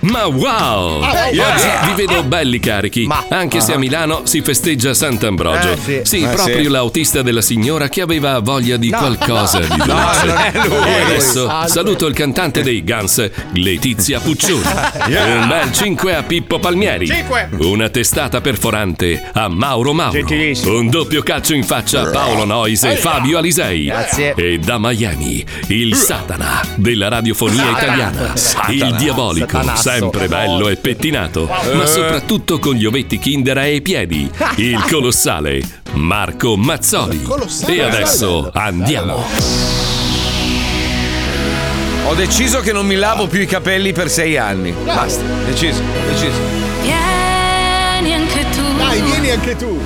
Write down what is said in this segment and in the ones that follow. Ma wow! Ah, wow, Io wow. oggi Eh, vi vedo belli carichi. Anche se a Milano si festeggia Sant'Ambrogio. ah. Eh, sì. sì, Eh, proprio sì. l'autista della signora che aveva voglia di No. qualcosa di No, dolce. non è lui. E adesso Altro. saluto il cantante dei Guns, Letizia Puccioni. Yeah. Un bel 5 a Pippo Palmieri. Cinque. Una testata perforante a Mauro Mauro. Un doppio calcio in faccia a Paolo Nois e Fabio Alisei. Grazie. E da Miami, il Satana della radiofonia Satana. italiana. Il Satana. diabolico, Satanazzo. sempre bello e pettinato, Wow. ma Eh. soprattutto con gli ovetti Kinder ai piedi. Il colossale Marco Mazzoli. Colossale. E adesso andiamo. Ho deciso che non mi lavo più i capelli per sei anni. Basta, deciso, deciso. Vieni anche tu. Dai, vieni anche tu.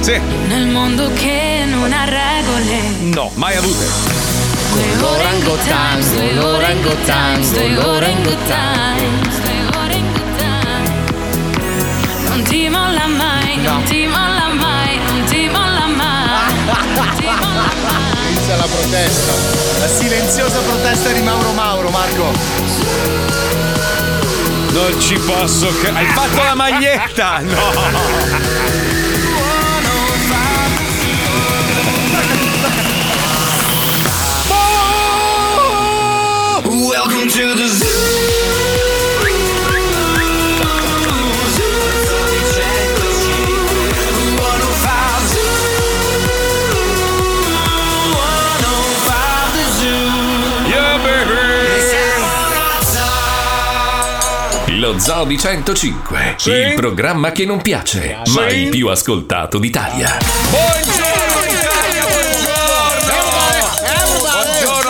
Sì. Nel mondo che non ha regole. No, mai avute. Orangutans, due orangutans, due orangutans, due orangutans. Non ti molla mai, non ti molla mai, non ti molla mai. Non ti molla mai. Inizia la protesta. La silenziosa protesta di Mauro Mauro, Marco. Non ci posso cre- Hai fatto la maglietta! Ah, No! Welcome to the zoo. Yeah, Lo Zoo di 105, il programma che non piace, Sì. ma il più ascoltato d'Italia. Buongiorno,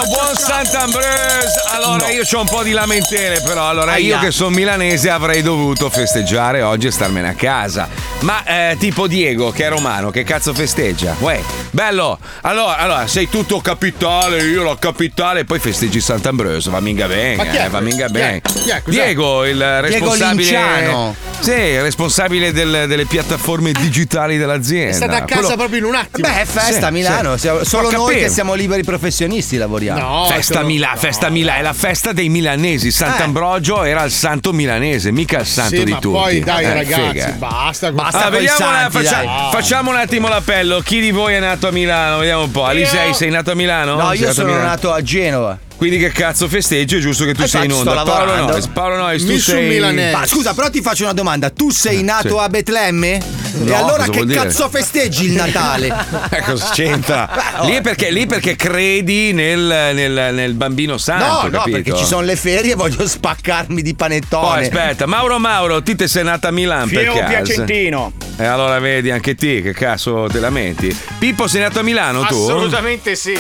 buon Sant'Ambrose! Allora, io ho un po' di lamentele, però. Allora, io Aia. che sono milanese avrei dovuto festeggiare oggi e starmene a casa. Ma eh, tipo Diego, che è romano, che cazzo festeggia? Uè, bello! Allora, allora, sei tutto capitale, io la capitale, poi festeggi Sant'Ambrose, va minga Ma chi è? bene, eh, va minga Chi è? bene. Chi è? Cos'è? Diego, il Diego responsabile. Linciano. Sì, il responsabile del- delle piattaforme digitali dell'azienda. È stata a casa Quello- proprio in un attimo. Beh, è festa Sì, a Milano, sì. siamo- solo Ho noi capito. che siamo liberi professionisti lavoriamo. festa Milà, festa Milà, è la festa dei milanesi. Sant'Ambrogio era il santo milanese, mica il santo Sì, di ma tutti. poi dai Eh, ragazzi, figa. basta. Ah, vediamo, eh, faccia- facciamo un attimo l'appello. Chi di voi è nato a Milano? Vediamo un po'. Alisei, Io- sei nato a Milano? No, Sei io nato a sono Milano? nato a Genova. Quindi che cazzo festeggio? È giusto che tu Eh, sei in infatti, onda. sto Paolo lavorando. Nois, Paolo Nois, tu sei Eh, Ma scusa, però ti faccio una domanda. Tu sei sì. nato a Betlemme? e No, allora cosa che vuol dire? cazzo festeggi il Natale? Eh, cosa c'entra? Lì è perché, lì è perché credi nel, nel- nel bambino No, santo. no, capito? perché ci sono le ferie e voglio spaccarmi di panettone. Poi aspetta, Mauro Mauro, ti te sei nata a Milano Fiero per caso? Piacentino. E allora vedi anche te che cazzo te lamenti. Pippo sei nato a Milano tu? Assolutamente sì.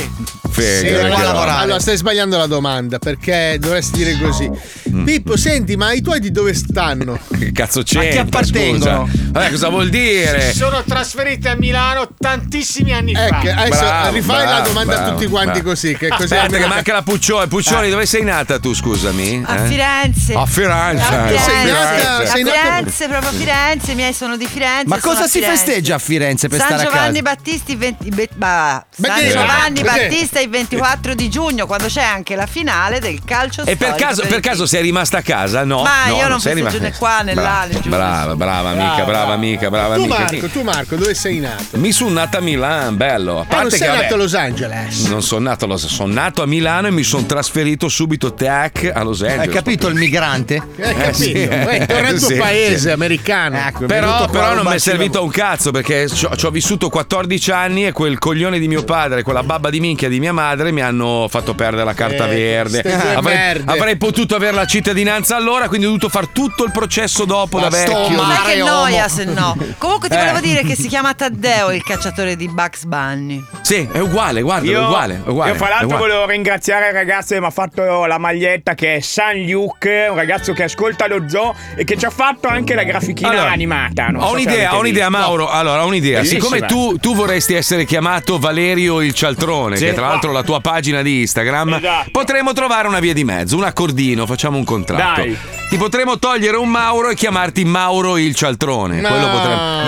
Fega, Sì, che allora, roba. allora, stai sbagliando la domanda perché dovresti dire così. Mm. Pippo, senti, ma i tuoi di dove stanno? Che cazzo c'entra? appartengono? scusa? Vabbè, cosa vuol dire? Si sono trasferite a Milano tantissimi anni fa. Ecco, adesso Bravo, rifai la bravo, domanda a bravo, tutti quanti bravo. Ah, così. Eh. Che così Aspetta, che manca la Puccioni. Puccioni, dove sei nata tu, scusami? A Eh? Firenze. A Firenze. eh, A Tu sei Firenze. nata- A sei nata- Firenze, proprio a Firenze, i miei sono di Firenze. Ma sono cosa a si Firenze. festeggia a Firenze per San stare Giovanni a casa? Battista, il 20 be- bah, San Battista. Giovanni Eh, Battista il 24 di giugno, quando c'è anche la finale del calcio E per storico caso, per il- caso sei rimasta a casa? No, Ma no, io non sei rimasta- festeggio né qua né là, Brava, né giù, Brava, brava amica, brava amica, brava tu amica. Marco, tu Marco, dove sei nato? Mi sono nata a Milano, bello. A Ah, non parte sei che, nato vabbè, a Los Angeles. Non sono nato a Los sono nato a Milano e mi sono trasferito subito tac a Los Angeles. Eh, Hai capito il migrante? Hai capito? sì. Eh, torna al tuo Sì, sì. paese americano. Ecco, è venuto Però, qua però a non mi è rubarci servito un cazzo perché ci ho, ci ho vissuto 14 anni e quel coglione di mio padre, quella babba di minchia di mia madre mi hanno fatto perdere la carta Eh, verde. ste due Avrei, merde. avrei potuto avere la cittadinanza allora, quindi ho dovuto fare tutto il processo dopo da vecchio. Ma che noia se no. Comunque ti Eh. volevo dire che si chiama Taddeo il cacciatore di Bugs Bunny. Sì, è uguale, guarda, è uguale, è uguale. io fra è l'altro uguale. volevo ringraziare il ragazzo che mi ha fatto la maglietta che è San Luke, un ragazzo che ascolta lo zoo e che ci ha fatto anche la grafichina Allora, animata. Ah, Non ho so se un'idea, l'avete ho un'idea, visto. Mauro. Allora, ho un'idea. Bellissima. Siccome tu, tu vorresti essere chiamato Valerio il Cialtrone, Sì. che tra l'altro è la tua pagina di Instagram, Esatto. potremmo trovare una via di mezzo, un accordino, facciamo un contratto. Dai. Ti potremmo togliere un Mauro e chiamarti Mauro il cialtrone. Eh, Quello potremmo.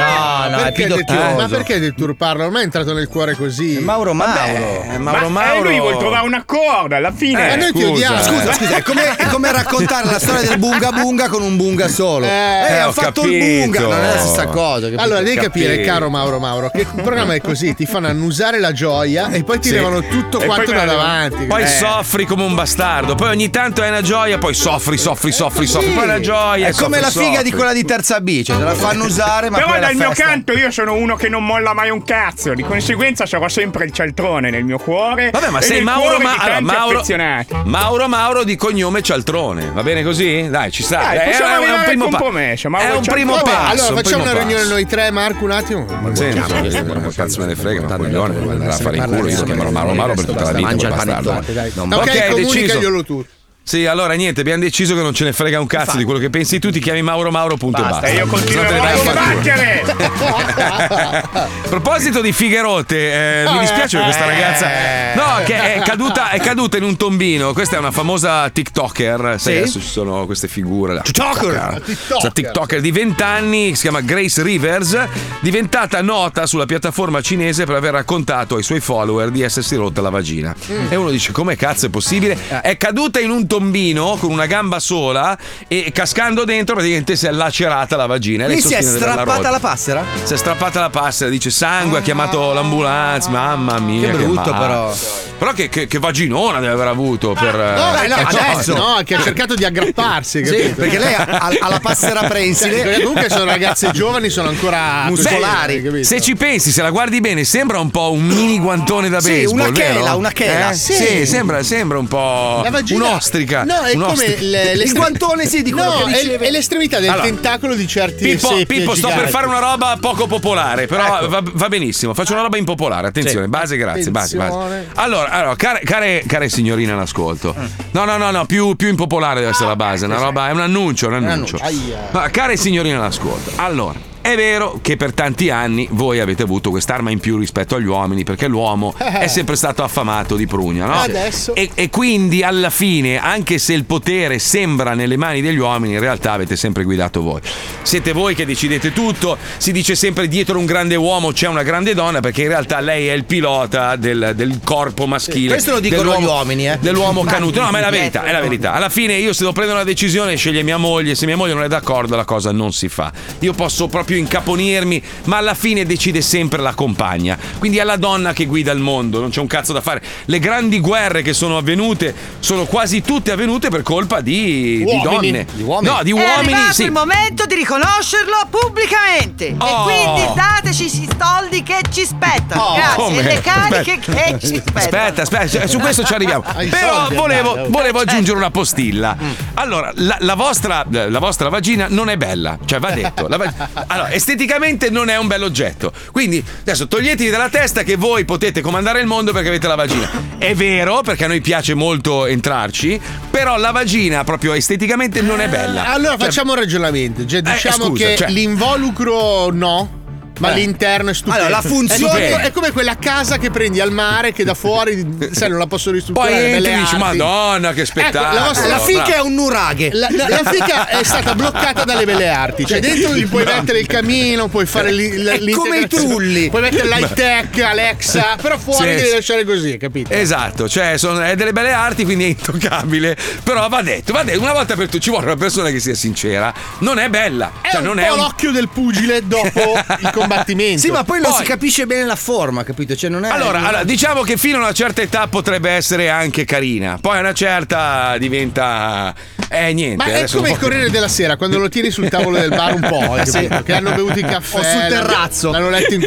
perché detur- ma perché deturparlo? Ormai è entrato nel cuore così. Mauro Mauro. Ma eh, lui vuole trovare un accordo alla fine. Eh, Ma noi ti scusa, odiamo. eh. Scusa, scusa, è come, è come raccontare la storia del bunga bunga con un bunga solo. Eh, ha fatto il bunga, non è la stessa cosa. capito? Allora devi capire, caro Mauro Mauro, che il programma è così: ti fanno annusare la gioia e poi ti Sì. levano tutto E quanto poi- da davanti. Poi Eh. soffri come un bastardo. Poi ogni tanto è una gioia, poi soffri, soffri, soffri, soffri. Poi è una gioia. È come soffri, la figa soffri. di quella di terza B, cioè te la fanno usare, ma Però poi dal la mio festa. canto io sono uno che non molla mai un cazzo, di conseguenza sarò sempre il cialtrone nel mio cuore. Vabbè, ma eh, e sei nel Mauro, cuore ma- di allora, tanti Mauro, affezionati. Mauro Mauro di cognome Cialtrone. Va bene così? Dai, ci sta. Dai, Eh, Dai, possiamo arrivare al pa- compromesso, Mauro è un primo Vabbè, passo. Allora un facciamo primo una passo. riunione noi tre, Marco, un attimo. Ma senti, ma che cazzo me ne frega, un coglione, vuole andare a fare in culo, io lo chiamerò Mauro Mauro per tutta la vita, eh, Mangia quel il bastardo. panettone, dai. Non- Ok, Ok, deciso. comunicaglielo tu. Sì, allora niente, abbiamo deciso che non ce ne frega un cazzo di quello che pensi tu, ti chiami Mauro Mauro punto Basta, e basta. io continuerò Tanto ne a dai fattura. combattere. A proposito di fighe rotte, eh, mi dispiace per questa ragazza. No, che è caduta, è caduta in un tombino. Questa è una famosa TikToker. Sai, Sì. adesso ci sono queste figure. La TikToker. La TikToker. Questa TikToker di 20 anni, si chiama Grace Rivers, diventata nota sulla piattaforma cinese per aver raccontato ai suoi follower di essersi rotta la vagina. E uno dice: Come cazzo è possibile? È caduta in un tombino con una gamba sola e cascando dentro, praticamente si è lacerata la vagina. Lì si è sostiene dalla strappata rotta. la passera? Si è strappata la passera, dice sangue, ha chiamato l'ambulanza, mamma mia. Che brutto, male. però. Però che, che, che vaginona deve aver avuto per... Ah, No, eh, no, eh, adesso. no. No, che ha cercato di aggrapparsi. Sì, capito? perché lei ha- ha- ha la passera prensile. Cioè, perché comunque sono ragazze giovani, sono ancora Beh, muscolari. capito? Se ci pensi, se la guardi bene, sembra un po' un mini guantone da Sì, baseball. una vero? chela, una chela. Eh? Sì, Sì. sembra, sembra un po'... La vagina- Oh, Un'ostrica. No, è un'ostrica. come le, Il guantone si di quello No, che è, riceve. è l'estremità del Allora, tentacolo di certi Pippo, seppie Pippo, sto per giganti. fare una roba poco popolare, però Ecco. va, va benissimo. Faccio una roba impopolare. Attenzione, Sì. base, grazie. Base, base. Attenzione. Allora, allora care, care, care signorina all'ascolto. No, no, no, no, più, più impopolare deve Ah, essere la base. ecco, Una roba, è un annuncio, un annuncio. Aia. Ma, care signorina all'ascolto, allora. È vero che per tanti anni voi avete avuto quest'arma in più rispetto agli uomini, perché l'uomo Eh. è sempre stato affamato di prugna, no? Adesso. E, e quindi alla fine, anche se il potere sembra nelle mani degli uomini, in realtà avete sempre guidato voi. Siete voi che decidete tutto, si dice sempre dietro un grande uomo c'è una grande donna, perché in realtà lei è il pilota del, del corpo maschile. Questo lo dicono dell'uomo- gli uomini, eh. Dell'uomo canuto. No, ma è la verità, è la verità. Alla fine io se devo prendere una decisione sceglie mia moglie, se mia moglie non è d'accordo la cosa non si fa. Io posso proprio incaponirmi, ma alla fine decide sempre la compagna. Quindi è la donna che guida il mondo, non c'è un cazzo da fare. Le grandi guerre che sono avvenute sono quasi tutte avvenute per colpa di, di Uomini. donne. Di uomini. No, di È uomini Eh, arrivato sì. il momento di riconoscerlo pubblicamente. Oh. E quindi dateci i soldi che ci spettano. Grazie. Come? E le cariche che eh, ci spettano. Aspetta, aspetta, su questo ci arriviamo. Ai Però soldi, volevo, Arnaldo. volevo aggiungere una postilla. Mm. Allora, la, la vostra, eh, la vostra vagina non è bella, cioè va detto. La va- allora, esteticamente non è un bell'oggetto. Quindi adesso toglietevi dalla testa che voi potete comandare il mondo perché avete la vagina. È vero, perché a noi piace molto entrarci, però la vagina proprio esteticamente non è bella. Allora Cioè- eh, facciamo un ragionamento. Cioè, diciamo scusa, che cioè- l'involucro no. Ma Eh. l'interno è stupendo. Allora, la funzione- è, come- è come quella casa che prendi al mare che da fuori sai, non la posso ristrutturare. Poi le entri belle e arti. dici, Ecco, Madonna, che spettacolo! la vostra- La fica Bravo. è un nuraghe. La, la- la fica è stata bloccata dalle belle arti. Cioè, dentro gli puoi mettere il camino, puoi Eh, Cioè, fare lì- l- È come i l'integrazione. trulli. Puoi mettere l'high tech, Alexa, però fuori Sì, devi sì. lasciare così, capito? Esatto, cioè sono, è delle belle arti, quindi è intoccabile. Però va detto, va detto, una volta per tutte ci vuole una persona che sia sincera. Non è bella, È cioè un non po' è un- l'occhio del pugile dopo il combattimento. Sì, ma poi non si capisce bene la forma, capito? Cioè, non è. Allora, non- allora, diciamo che fino a una certa età potrebbe essere anche carina, poi a una certa diventa. Eh, niente. Ma è adesso come un il po'- Corriere della Sera, quando lo tieni sul tavolo del bar un po', eh, Sì. capito? che hanno bevuto il caffè. O sul l'hanno- terrazzo. L'hanno letto in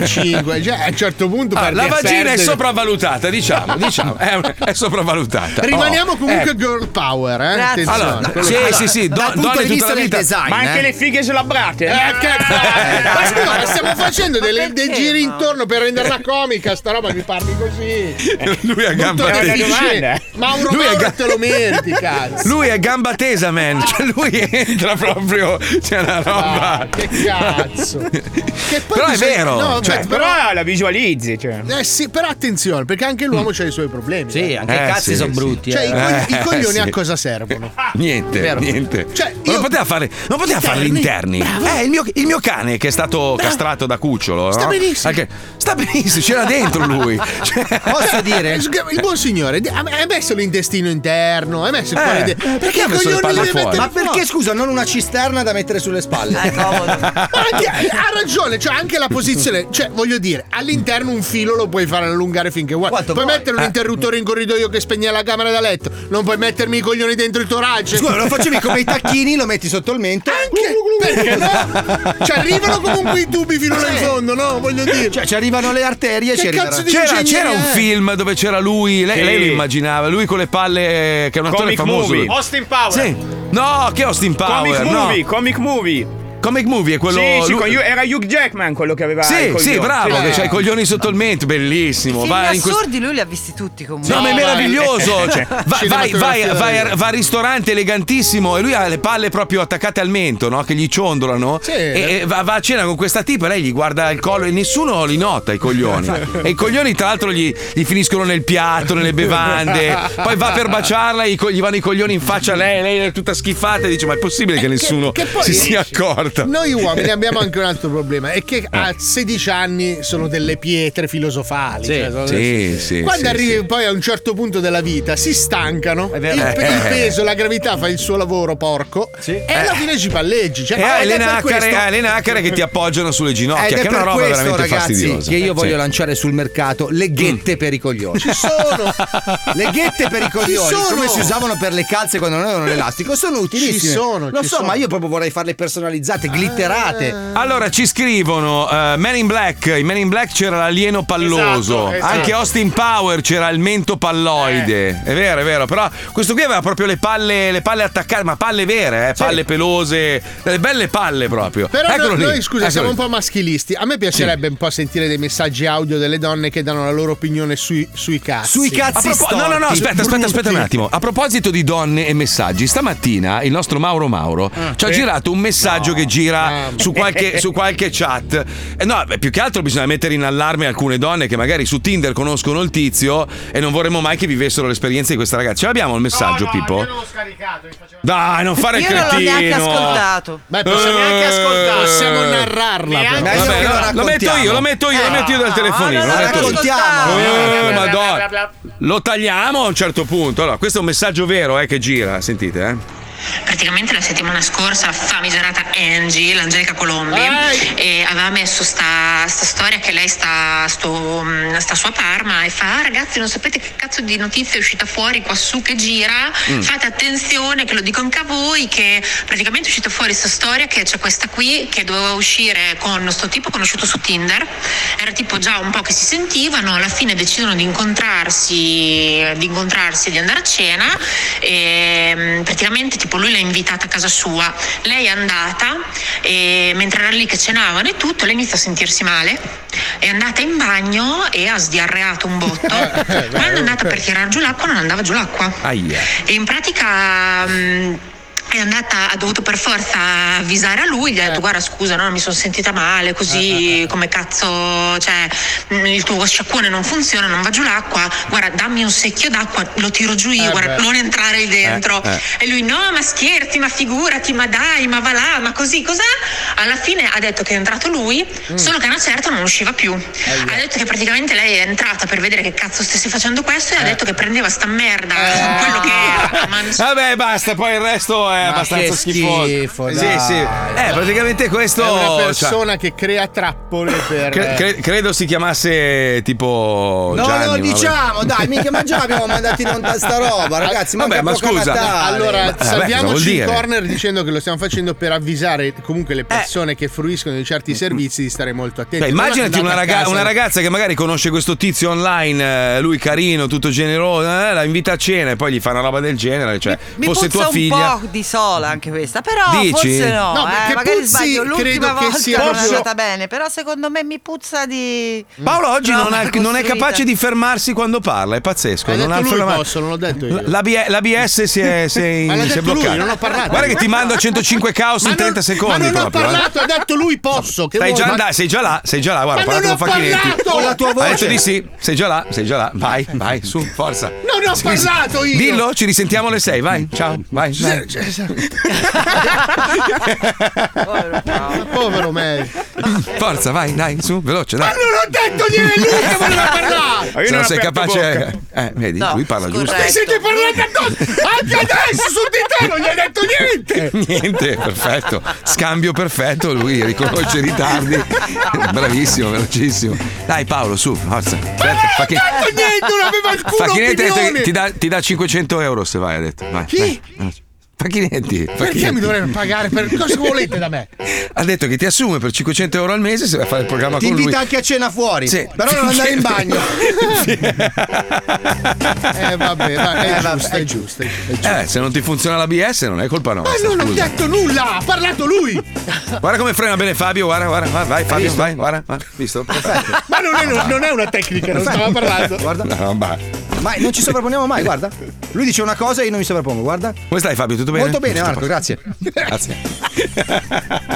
45. Cioè, a un certo punto Ah, perdi la a vagina è perdere. sopravvalutata, diciamo, diciamo, è, è sopravvalutata. Oh, Rimaniamo comunque eh. girl power, eh? Attenzione. Allora, no, Quello- sì, Allora, sì, sì, do- dal punto di donne tutta vista la del eh. vita. design, Ma anche eh. le fighe slabbrate. Eh, che- Eh, Ma scusa, Ma stiamo facendo delle- dei giri intorno per renderla comica, sta roba mi parli così. Lui a gamba Tutto tesa. difficile. Mauro Lui Mauro è ga- te lo meriti, cazzo. Lui è gamba tesa, man. Cioè, lui entra proprio. C'è una roba. Ah, che cazzo. Che poi Però è bisogna- vero, no, cioè- beh, però... la visualizzi. Eh sì, però attenzione, perché anche l'uomo ha i suoi problemi. Mm. Sì, anche i Eh, cazzi sì, son sì. brutti, Cioè, eh. i, cogli- i Eh, coglioni sì. a cosa servono? Niente, Ah, Vero. niente. Cioè, Ma non poteva fare, non poteva farli interni. Eh, il mio, il mio cane che è stato castrato da cucciolo. Sta no? benissimo. Anche- sta benissimo, c'era dentro lui. Cioè- Eh, Sga- Il buon signore di- ha ha messo l'intestino interno, ha messo il Eh, cuore de- perché Perché ha i messo le coglioni palle li deve fuori? mettere Ma perché scusa, non una cisterna da mettere sulle spalle? Ma anche- ha ragione, cioè anche la posizione, cioè voglio dire, all'interno un filo lo puoi far allungare finché vuoi. puoi mettere Eh. un interruttore in corridoio che spegne la camera da letto, non puoi mettermi i coglioni dentro il torace. Scusa, lo facevi come i tacchini, lo metti sotto il mento. Anche perché no? Ci arrivano comunque i tubi fino in fondo, no? Voglio dire. Cioè, ci arrivano le arterie e Che ci arriveranno. cazzo di C'era, ingegneria c'era un è? film dove c'era lui, lei, Sì. lei lo immaginava, lui con le palle che è un attore Comic famoso. movie. lui. Austin Power. Sì. No, che Austin Power. Comic no. movie, comic movie. Comic movie è quello. Sì, sì, lui- con Hugh- era Hugh Jackman quello che aveva i Sì, coglioni. sì, bravo, che c'ha i coglioni sotto il mento, bellissimo. Film Va in questo- assurdi lui li ha visti tutti comunque. No, ma è meraviglioso! cioè, va, vai, vai, Cinematografia vai, da a- va al ristorante elegantissimo e lui ha le palle proprio attaccate al mento, no? Che gli ciondolano. Sì. E, e va, va a cena con questa tipa, lei gli guarda il collo e nessuno li nota i coglioni. e i coglioni, tra l'altro, gli, gli finiscono nel piatto, nelle bevande. Poi va per baciarla, gli, co- gli vanno i coglioni in faccia a lei, lei è tutta schifata e dice: Ma è possibile che nessuno Eh, che poi- si sia accorta? Noi uomini abbiamo anche un altro problema, è Eh. che a 16 anni sono delle pietre filosofali. cioè, sono- Sì, sì, Quando sì, arrivi poi a un certo punto della vita si stancano, il, vero. pe- Eh. il peso, la gravità fa il suo lavoro porco e alla fine ci palleggi. Cioè, E ah, hai ed le è per nacare, questo- hai le nacare che ti appoggiano sulle ginocchia, Ed che è è una per roba questo, veramente ragazzi, fastidiosa. che io voglio Sì. lanciare sul mercato le ghette per i coglioni. Ci sono! Le ghette per i coglioni, Ci sono! come si usavano per le calze quando non avevano l'elastico, sono utilissime. Ci sono, Lo ci so, sono. ma io proprio vorrei farle personalizzate, Eh. Eh. glitterate. Allora ci scrivono eh, Men in Black, in Men in Black c'era l'alieno palloso, Esatto, esatto. anche Austin Power c'era il mento palloide, Eh. è vero, è vero, però questo qui aveva proprio le palle, le palle attaccate, ma palle vere, eh, palle pelose, delle belle palle proprio. Però no- Eccolo noi, lì. scusa, eccolo siamo lì. un po' maschilisti. A me piacerebbe un po' sentire dei messaggi audio delle donne che danno la loro opinione sui, sui cazzi. A propo- no, no, no, aspetta, aspetta, aspetta un attimo. A proposito di donne e messaggi, stamattina il nostro Mauro Mauro Ah. ci ha Eh. Sì. girato un messaggio che gira Mamma. su qualche, su qualche chat. Eh, no, beh, più che altro bisogna mettere in allarme alcune donne che magari su Tinder conoscono il tizio e non vorremmo mai che vivessero l'esperienza di questa ragazza. Ce l'abbiamo il messaggio, Pippo? Dai, non fare il Io non l'ho cretino. Eh. neanche ascoltato. Beh, possiamo neanche ascoltarlo, possiamo narrarla. però. Vabbè, no, lo metto io, lo metto io, lo metto io dal telefonino. Ah. no, lo no, metto io. raccontiamo. Eh, Bla, bla, bla, Madonna. Lo tagliamo a un certo punto. Allora, questo è un messaggio vero eh, che gira, sentite. Eh. Praticamente la settimana scorsa famigerata Angie, l'Angelica Colombi, e aveva messo sta, sta storia che lei sta, sto, mh, sta su a Parma e fa "Ah, ragazzi non sapete che cazzo di notizia è uscita fuori qua su che gira, Mm. fate attenzione che lo dico anche a voi che praticamente è uscita fuori sta storia che c'è questa qui che doveva uscire con sto tipo conosciuto su Tinder, era tipo già un po' che si sentivano, alla fine decidono di incontrarsi, di incontrarsi e di andare a cena e mm, praticamente tipo lui l'ha invitata a casa sua, lei è andata e mentre era lì che cenavano e tutto, lei inizia a sentirsi male, è andata in bagno e ha sdiarreato un botto, quando è andata per tirare giù l'acqua non andava giù l'acqua. Aia. E in pratica mh, è andata, ha dovuto per forza avvisare a lui, gli Eh. ha detto guarda scusa, no, mi sono sentita male, così come cazzo, cioè mh, il tuo sciacquone non funziona, non va giù l'acqua, guarda dammi un secchio d'acqua, lo tiro giù io, Eh, guarda beh. non entrare lì dentro. Eh, E lui no, ma scherzi, ma figurati, ma dai, ma va là, ma così, cos'è? Alla fine ha detto che è entrato lui, Mm. solo che a una certa non usciva più. Ha detto che praticamente lei è entrata per vedere che cazzo stesse facendo questo e ha Eh. detto che prendeva sta merda, quello che era, a man- Vabbè, basta, poi il resto è abbastanza che schifoso. schifo, sì, dai. sì. Eh, praticamente questo È una cioè, persona che crea trappole per. cre- cre- credo si chiamasse tipo No, Oh, Gianni, no, vabbè. Ah, diciamo, dai, minchia, ma già l'abbiamo mandato in onda sta roba, ragazzi, Vabbè, ma manca poco a scusa. Natale. Eh, Allora, vabbè, cosa vuol salviamoci il dire? corner dicendo che lo stiamo facendo per avvisare comunque Eh. le persone che fruiscono di certi servizi di stare molto attenti. Cioè, Non Mm, immaginati andate una, a raga- casa. una ragazza che magari conosce questo tizio online, eh, lui carino, tutto generoso, eh, la invita a cena e poi gli fa una roba del genere. Cioè, Mi fosse puzza tua un figlia. po' di sola anche questa, però Dici? forse no, No, eh, perché magari Puzzi sbaglio l'ultima credo che volta sia non è proprio- andata bene, però secondo me mi puzza di Mm. Paolo oggi non, ha- non è trama costruita. capace di fermarsi quando parla, è pazzesco. L'ha non ha detto lui fermato- posso, non l'ho detto io. La B- L'ABS si è, si è, Ma l'ha si è detto lui, bloccata. non ho parlato. Guarda che ti mando a 105 caos in 30 Ma secondi. non ho proprio, eh. parlato, ha detto lui posso. Che Stai vuoi? già Ma- andà- sei già là, sei già là, guarda, Ma parlate non con ho Facchinetti. parlato! Con la tua Ha voce. detto di sì, sei già là, sei già là. Vai, vai, su, forza. Non ho Sì, parlato sì. io. Dillo, ci risentiamo alle 6, vai. Ciao, vai. vai. Povero me. Forza, vai, dai, su, veloce, dai. Non ho detto di lui che voleva parlare. Ah, Se non sei capace. Eh, vedi, No, lui parla giusto. Ti siete parlati addosso. Anche adesso su di te non gli hai detto niente. Niente, perfetto. Scambio perfetto, lui riconosce i ritardi. Bravissimo, velocissimo. Dai Paolo, su, forza. Aspetta, fa che- detto niente, non aveva alcuna Facchinetti ha detto opinione. che ti, dà, ti dà 500 euro se vai, ha detto. Vai, Chi? vai, veloce. Facchinetti. Perché mi Facchinetti. dovrebbero pagare per cosa volete da me? Ha detto che ti assume per 500 euro al mese se vai a fare il programma Ti Ah, con lui. invita anche a cena fuori, Sì. però non andare in bagno. Eh vabbè, va- è, Eh, vabbè. giusto, è giusto, è giusto. Eh, se non ti funziona la BS non è colpa Ma nostra. non ho scusa. detto nulla, ha parlato lui. Guarda come frena bene Fabio, guarda, guarda, guarda, vai Fabio, vai, guarda, guarda. visto? Ma non è, non è una tecnica, non stava parlando. Guarda. No, va. Ma non ci sovrapponiamo mai, guarda. Lui dice una cosa e io non mi sovrappongo, guarda. Come stai Fabio? Tutto bene? Molto bene, Marco, grazie. Grazie.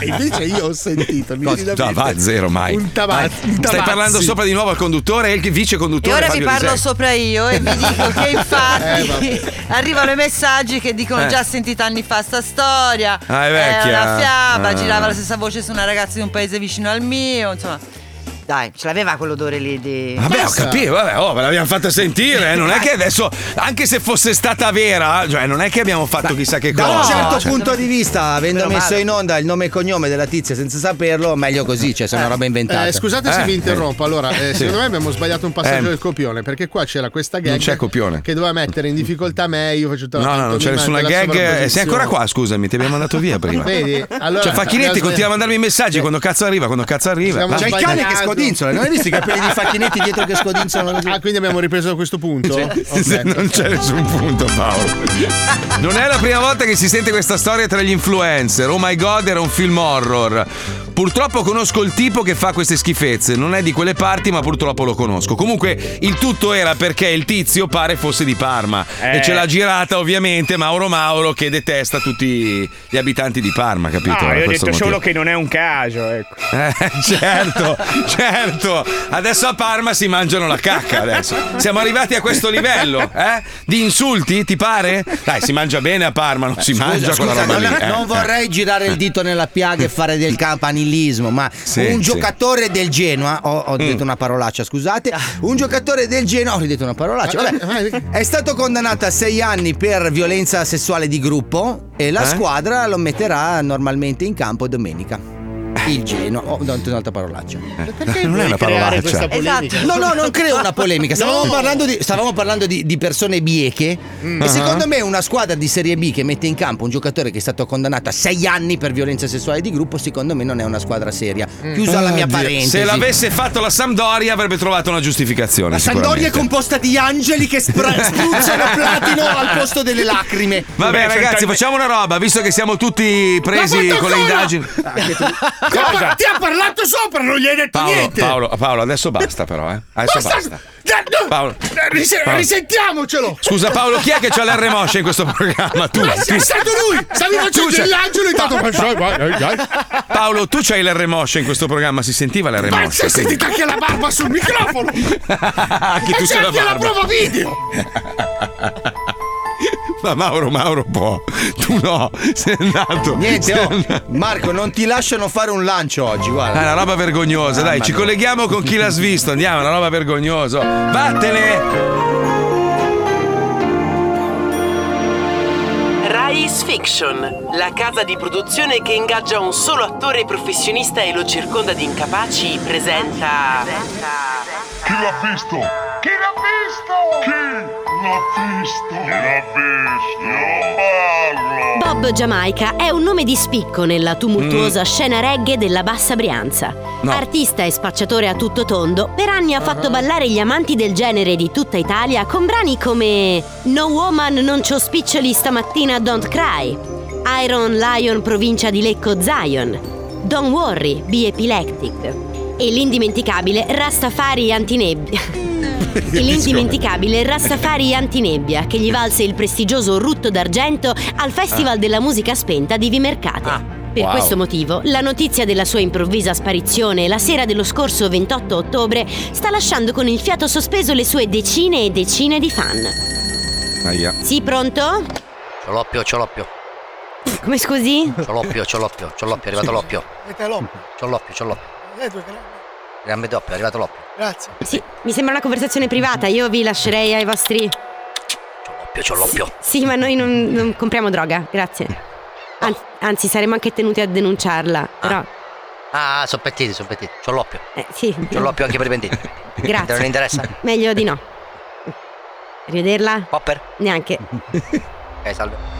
E invece io ho sentito, mi viene da No, va a zero mai. Un tabazzo. Stai parlando sopra di nuovo al conduttore e il vice E conduttore ora vi Fabio parlo Lisei. sopra io e vi dico che infatti arrivano i messaggi che dicono Eh. già sentita anni fa sta storia. Eh, Ah, è vecchia. una fiaba, Ah. girava la stessa voce su una ragazza di un paese vicino al mio, insomma. Dai, ce l'aveva quell'odore lì di. Vabbè, ho capito, vabbè, oh, ve l'abbiamo fatta sentire, eh, non è che adesso, anche se fosse stata vera, cioè non è che abbiamo fatto chissà che Da un cosa. certo cioè. punto di vista, avendo Meno messo male. in onda il nome e cognome della tizia senza saperlo, meglio così, cioè se è una roba inventata. Eh, scusate se vi interrompo. Allora, eh, Sì. secondo me abbiamo sbagliato un passaggio Eh. del copione perché qua c'era questa gag Non c'è copione. che doveva mettere in difficoltà me. Io faccio tutta la No, no, non c'è pantomima nessuna della gag. eh, Sei sovrapposizione. ancora qua, scusami, ti abbiamo mandato via prima. Vedi? Allora, cioè, Facchinetti abbiamo- continua a mandarmi messaggi quando cazzo arriva, quando cazzo arriva. Cioè, Siamo Va. sbagliati. Ah, quindi abbiamo ripreso da questo punto? Ok. Sì, Non c'è nessun punto, Paolo. Non è la prima volta che si sente questa storia tra gli influencer. Oh my god, era un film horror. Purtroppo conosco il tipo che fa queste schifezze. Non è di quelle parti, ma purtroppo lo conosco. Comunque, il tutto era perché il tizio pare fosse di Parma. Eh. E ce l'ha girata, ovviamente, Mauro Mauro che detesta tutti gli abitanti di Parma, capito? No, Era Ah, io ho Ah, questo detto il solo motivo. che non è un caso, ecco. Eh, certo, certo. Adesso a Parma si mangiano la cacca. Adesso siamo arrivati a questo livello eh? di insulti, ti pare? Dai, si mangia bene a Parma, non si Scusa, mangia quella scusa, roba non, lì. eh. non vorrei girare il dito nella piaga e fare del campanilismo, ma Sì, un sì. giocatore del Genoa, ho, ho detto una parolaccia, scusate, un giocatore del Genoa, ho detto una parolaccia, Eh, vabbè, è stato condannato a sei anni per violenza sessuale di gruppo e la Eh? squadra lo metterà normalmente in campo domenica. Il Genoa, ho detto un'altra parolaccia. Perché Eh. Eh, Non è una vuoi creare parolaccia. questa polemica? Esatto. No, no, non creo una polemica. Stavamo No. parlando di, stavamo parlando di- di persone bieche. Mm. E Ah. secondo me una squadra di Serie B che mette in campo un giocatore che è stato condannato a sei anni per violenza sessuale di gruppo, secondo me non è una squadra seria. Chiusa Eh, la mia Oddio. parentesi. Se l'avesse fatto la Sampdoria avrebbe trovato una giustificazione. La Sampdoria è sicuramente. composta di angeli che spra- spruzzano platino al posto delle lacrime. Vabbè ragazzi facciamo una roba, visto che siamo tutti presi Ma con le Madonna! indagini. Ah, Ti ha par- Ti ha parlato sopra, non gli hai detto Paolo, niente. Paolo, Paolo, adesso basta però, eh. Adesso Basta- basta. Da- da- Paolo. Rise- Paolo. Risentiamocelo. Scusa Paolo, chi è che c'ha l'R moscia in questo programma? Tu, Ma tu. sei stato lui! Stavi facendo Tu c'hai- l'angelo e tanto. Ma sai, vai, vai, vai. Paolo, tu c'hai l'R moscia in questo programma, si sentiva l'R Ma si moscia. è sentita anche la barba sul microfono! Anche e tu c'è sei la anche la barba. prova video! Ma Mauro, Mauro può. Tu no, sei andato. Niente, Sei oh, andato. Marco, non ti lasciano fare un lancio oggi, guarda. Ah, È Ah, una roba vergognosa, dai, Mamma ci mia. colleghiamo con chi l'ha svisto, andiamo, è una roba vergognosa. Vattene! Rais Fiction, la casa di produzione che ingaggia un solo attore professionista e lo circonda di incapaci, presenta. Chi l'ha visto? Chi l'ha visto? Chi l'ha visto? Chi l'ha visto? Io parlo! Bob Jamaica è un nome di spicco nella tumultuosa scena reggae della Bassa Brianza. No. Artista e spacciatore a tutto tondo, per anni ha fatto ballare gli amanti del genere di tutta Italia con brani come No Woman non c'ho spiccioli stamattina don't cry. Iron Lion provincia di Lecco Zion, Don't Worry, Be Epileptic e l'indimenticabile Rastafari Antinebbia. E L'indimenticabile Rastafari Antinebbia che gli valse il prestigioso Rutto d'Argento al Festival Ah. della Musica Spenta di Vimercate. per wow. questo motivo, la notizia della sua improvvisa sparizione la sera dello scorso 28 ottobre sta lasciando con il fiato sospeso le sue decine e decine di fan. Aia. Sì, pronto? C'ho l'oppio, c'ho l'oppio. Come scusi? C'ho l'oppio, c'ho l'oppio, c'ho l'oppio, è arrivato l'oppio. C'ho l'oppio, c'ho l'oppio. Grande doppio, è arrivato l'oppio. Grazie. Sì, mi sembra una conversazione privata, io vi lascerei ai vostri... L'oppio, c'ho l'oppio. Sì, ma noi non, non compriamo droga, grazie. An- anzi, saremmo anche tenuti a denunciarla, però... Eh, Ah, sono pettiti, sono pettiti. C'ho l'oppio. sì. C'ho l'oppio anche per i pentiti. Grazie. Te non interessa? Meglio di no. Rivederla? Popper? Neanche. Eh, salve.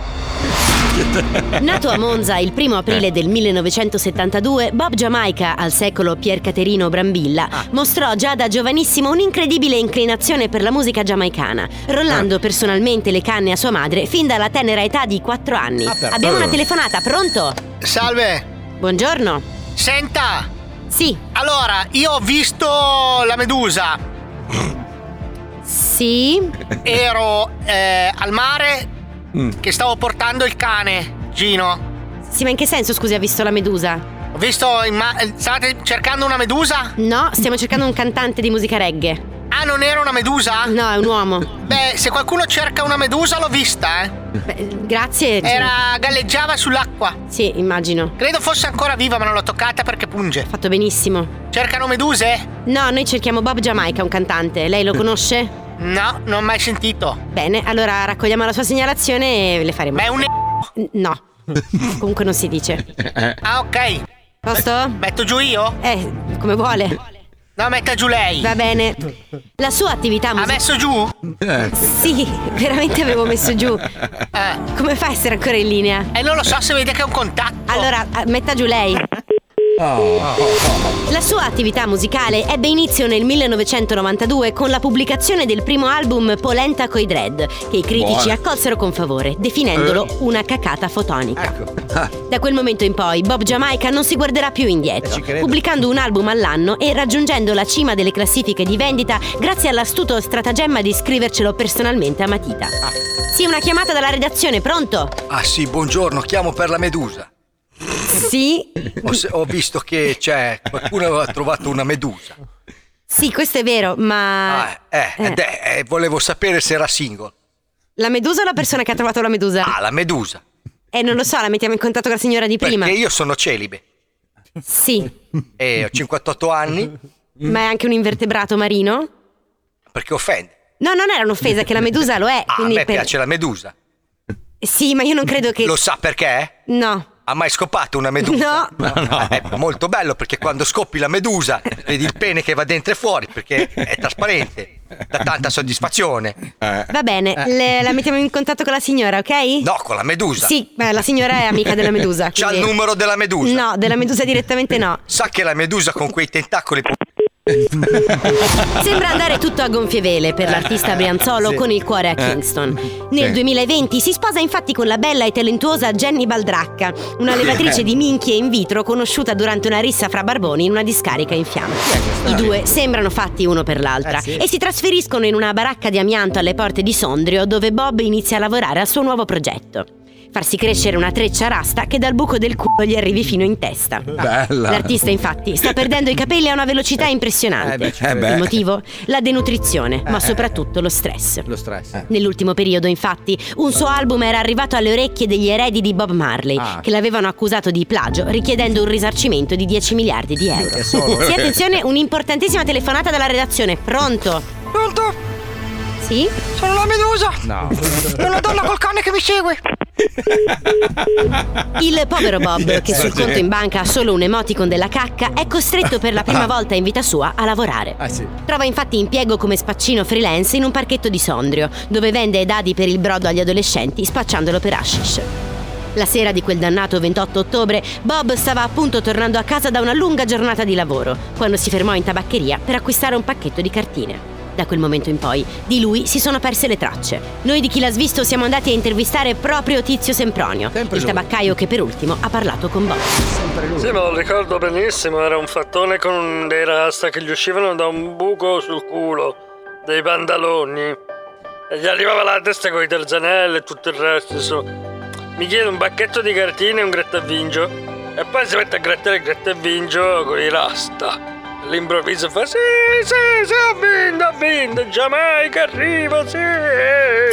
Nato a Monza il primo Eh. aprile del 1972, Bob Jamaica, al secolo Pier Caterino Brambilla, Ah. mostrò già da giovanissimo un'incredibile inclinazione per la musica giamaicana, Ah. rollando personalmente le canne a sua madre fin dalla tenera età di 4 anni. Ah, però. Abbiamo una Eh. telefonata, pronto? Salve. Buongiorno. Senta. Sì. Allora, Ah, io ho visto la Medusa. Sì. Ero eh, al mare che stavo portando il cane, Gino. Sì, ma in che senso, scusi, ha visto la Medusa? Ho visto in ma- eh, State cercando una medusa? No, stiamo cercando un cantante di musica reggae. Ah, non era una medusa? No, è un uomo. Beh, se qualcuno cerca una medusa l'ho vista, eh. Beh, grazie. Era galleggiava sull'acqua. Sì, immagino. Credo fosse ancora viva, ma non l'ho toccata perché punge. Fatto benissimo. Cercano meduse? Mm. No, noi cerchiamo Bob Jamaica, un cantante. Lei lo conosce? No, non ho mai sentito. Bene, allora raccogliamo la sua segnalazione e le faremo. Ma è un No. Comunque non si dice. Ah, ok. Posto? Metto giù io? Eh, come vuole. No, metta giù lei. Va bene. La sua attività musicale. messo giù? Eh. Sì, veramente avevo messo giù. Come fa a essere ancora in linea? Eh, non lo so se vede che è un contatto. Allora, eh, metta giù lei. La sua attività musicale ebbe inizio nel 1992 con la pubblicazione del primo album Polenta coi Dread, che i critici Buono. accolsero con favore, definendolo Eh. Ecco. una cacata fotonica. Da quel momento in poi Bob Jamaica non si guarderà più indietro, Eh, credo. pubblicando un album all'anno e raggiungendo la cima delle classifiche di vendita grazie all'astuto stratagemma di scrivercelo personalmente a matita. Ah. Sì, una chiamata dalla redazione, pronto? Ah sì, buongiorno, chiamo per la medusa. Sì, Ho, se- ho visto che c'è qualcuno aveva trovato una medusa. sì, questo è vero, ma... Ah, Eh, ed è- eh, volevo sapere se era single. La medusa o la persona che ha trovato la medusa? Ah, la medusa. Eh, non lo so, la mettiamo in contatto con la signora di prima. Perché io sono celibe Sì, e ho 58 anni ma è anche un invertebrato marino? perché offende. No, non era un'offesa che la medusa lo è. Ah, a quindi me per- piace la medusa. Sì, ma io non credo che... Lo sa perché? No. Ha mai scopato una medusa? No. È molto bello perché quando scoppi la medusa vedi il pene che va dentro e fuori perché è trasparente, dà tanta soddisfazione. Va bene, le- la mettiamo in contatto con la signora, ok? No, con la medusa. Sì, beh, la signora è amica della medusa. C'ha il quindi- numero della medusa. No, della medusa direttamente no. Sa che la medusa con quei tentacoli. Sembra andare tutto a gonfie vele per l'artista Brianzolo Sì. con il Eh. cuore a Kingston. Nel Sì. 2020 si sposa infatti con la bella e talentuosa Jenny Baldracca, una Sì. levatrice di minchie in vitro conosciuta durante una rissa fra barboni in una discarica in fiamme. I due sembrano fatti uno per l'altra Eh, sì. e si trasferiscono in una baracca di amianto alle porte di Sondrio dove Bob inizia a lavorare al suo nuovo progetto. Farsi crescere una treccia rasta che dal buco del culo gli arrivi fino in testa. Bella. L'artista infatti sta perdendo i capelli a una velocità impressionante. Eh beh, ci credo. Il motivo? La denutrizione, ma Eh. soprattutto lo stress. Lo stress. Nell'ultimo periodo, infatti, un Eh. suo album era arrivato alle orecchie degli eredi di Bob Marley, Ah. che l'avevano accusato di plagio, richiedendo un risarcimento di 10 miliardi di euro. solo. Sì, attenzione, un'importantissima telefonata dalla redazione. Pronto? Pronto? Sì? Sono la medusa. No. È una donna col cane che mi segue. Il povero Bob, che sul Sì. conto in banca ha solo un emoticon della cacca, è costretto per la prima volta in vita sua a lavorare. Trova infatti impiego come spaccino freelance in un parchetto di Sondrio, dove vende dadi per il brodo agli adolescenti spacciandolo per hashish. La sera di quel dannato 28 ottobre, Bob stava appunto tornando a casa da una lunga giornata di lavoro, quando si fermò in tabaccheria per acquistare un pacchetto di cartine. Da quel momento in poi di lui si sono perse le tracce. Noi di chi l'ha svisto siamo andati a intervistare proprio Tizio Sempronio, il lui. tabaccaio che per ultimo ha parlato con Bob. Sì, me lo ricordo benissimo, era un fattone con dei rasta che gli uscivano da un buco sul culo, dei pantaloni. E gli arrivava la testa con i tarzanelli e tutto il resto, insomma. Mi chiede un bacchetto di cartine e un grattavingio. E poi si mette a grattare il grattavingio con i rasta. All'improvviso fa sì, sì, sì, ho vinto, ho vinto, Giamaica arrivo, sì.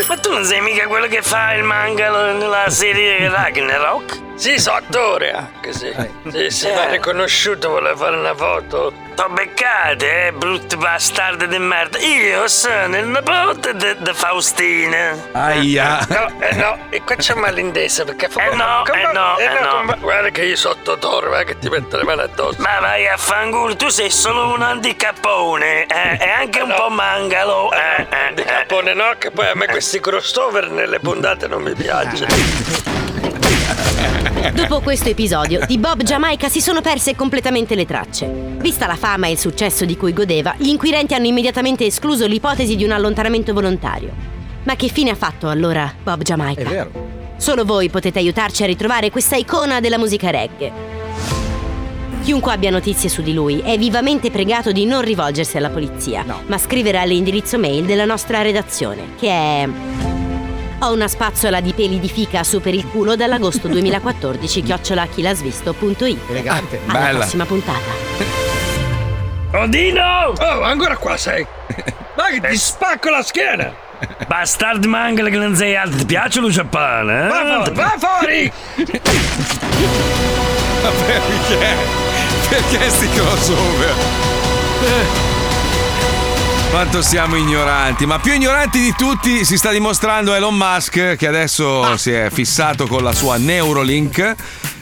Ma tu non sei mica quello che fa il manga nella serie Ragnarok? Sì, sono attore anche, sì. Sì, sì, mi ha riconosciuto, voleva fare una foto. T'ho beccate, eh, brutto bastardo di merda. Io sono il nipote de- de Faustina. Aia. No, eh no, e qua c'è un malintesa perché fa Eh no, eh no, eh no. compa- Guarda che io sotto torre, guarda che ti metto le mani addosso. Ma vai a fangulo, tu sei solo un handicappone, eh, e anche un po' mangalo. Eh, eh, handicappone no, che poi a me questi crossover nelle puntate non mi piacciono. Dopo questo episodio, di Bob Jamaica si sono perse completamente le tracce. Vista la fama e il successo di cui godeva, gli inquirenti hanno immediatamente escluso l'ipotesi di un allontanamento volontario. Ma che fine ha fatto allora Bob Jamaica? È vero. Solo voi potete aiutarci a ritrovare questa icona della musica reggae. Chiunque abbia notizie su di lui è vivamente pregato di non rivolgersi alla polizia, ma scrivere all'indirizzo mail della nostra redazione, che è ho una spazzola di peli di fica su per il culo dall'agosto 2014 chiocciolachilasvisto.it Elegante Alla Bella. prossima puntata Ah. Odino! Oh, ancora qua sei! Dai che ti spacco la schiena! Bastard mangala che non sei altro, ti piace lo Giappone? Eh? Va fuori! Va fuori! Ma perché? Cioè, Perché sti crossover? Eh. Quanto siamo ignoranti, ma più ignoranti di tutti si sta dimostrando Elon Musk che adesso Ah. si è fissato con la sua Neuralink.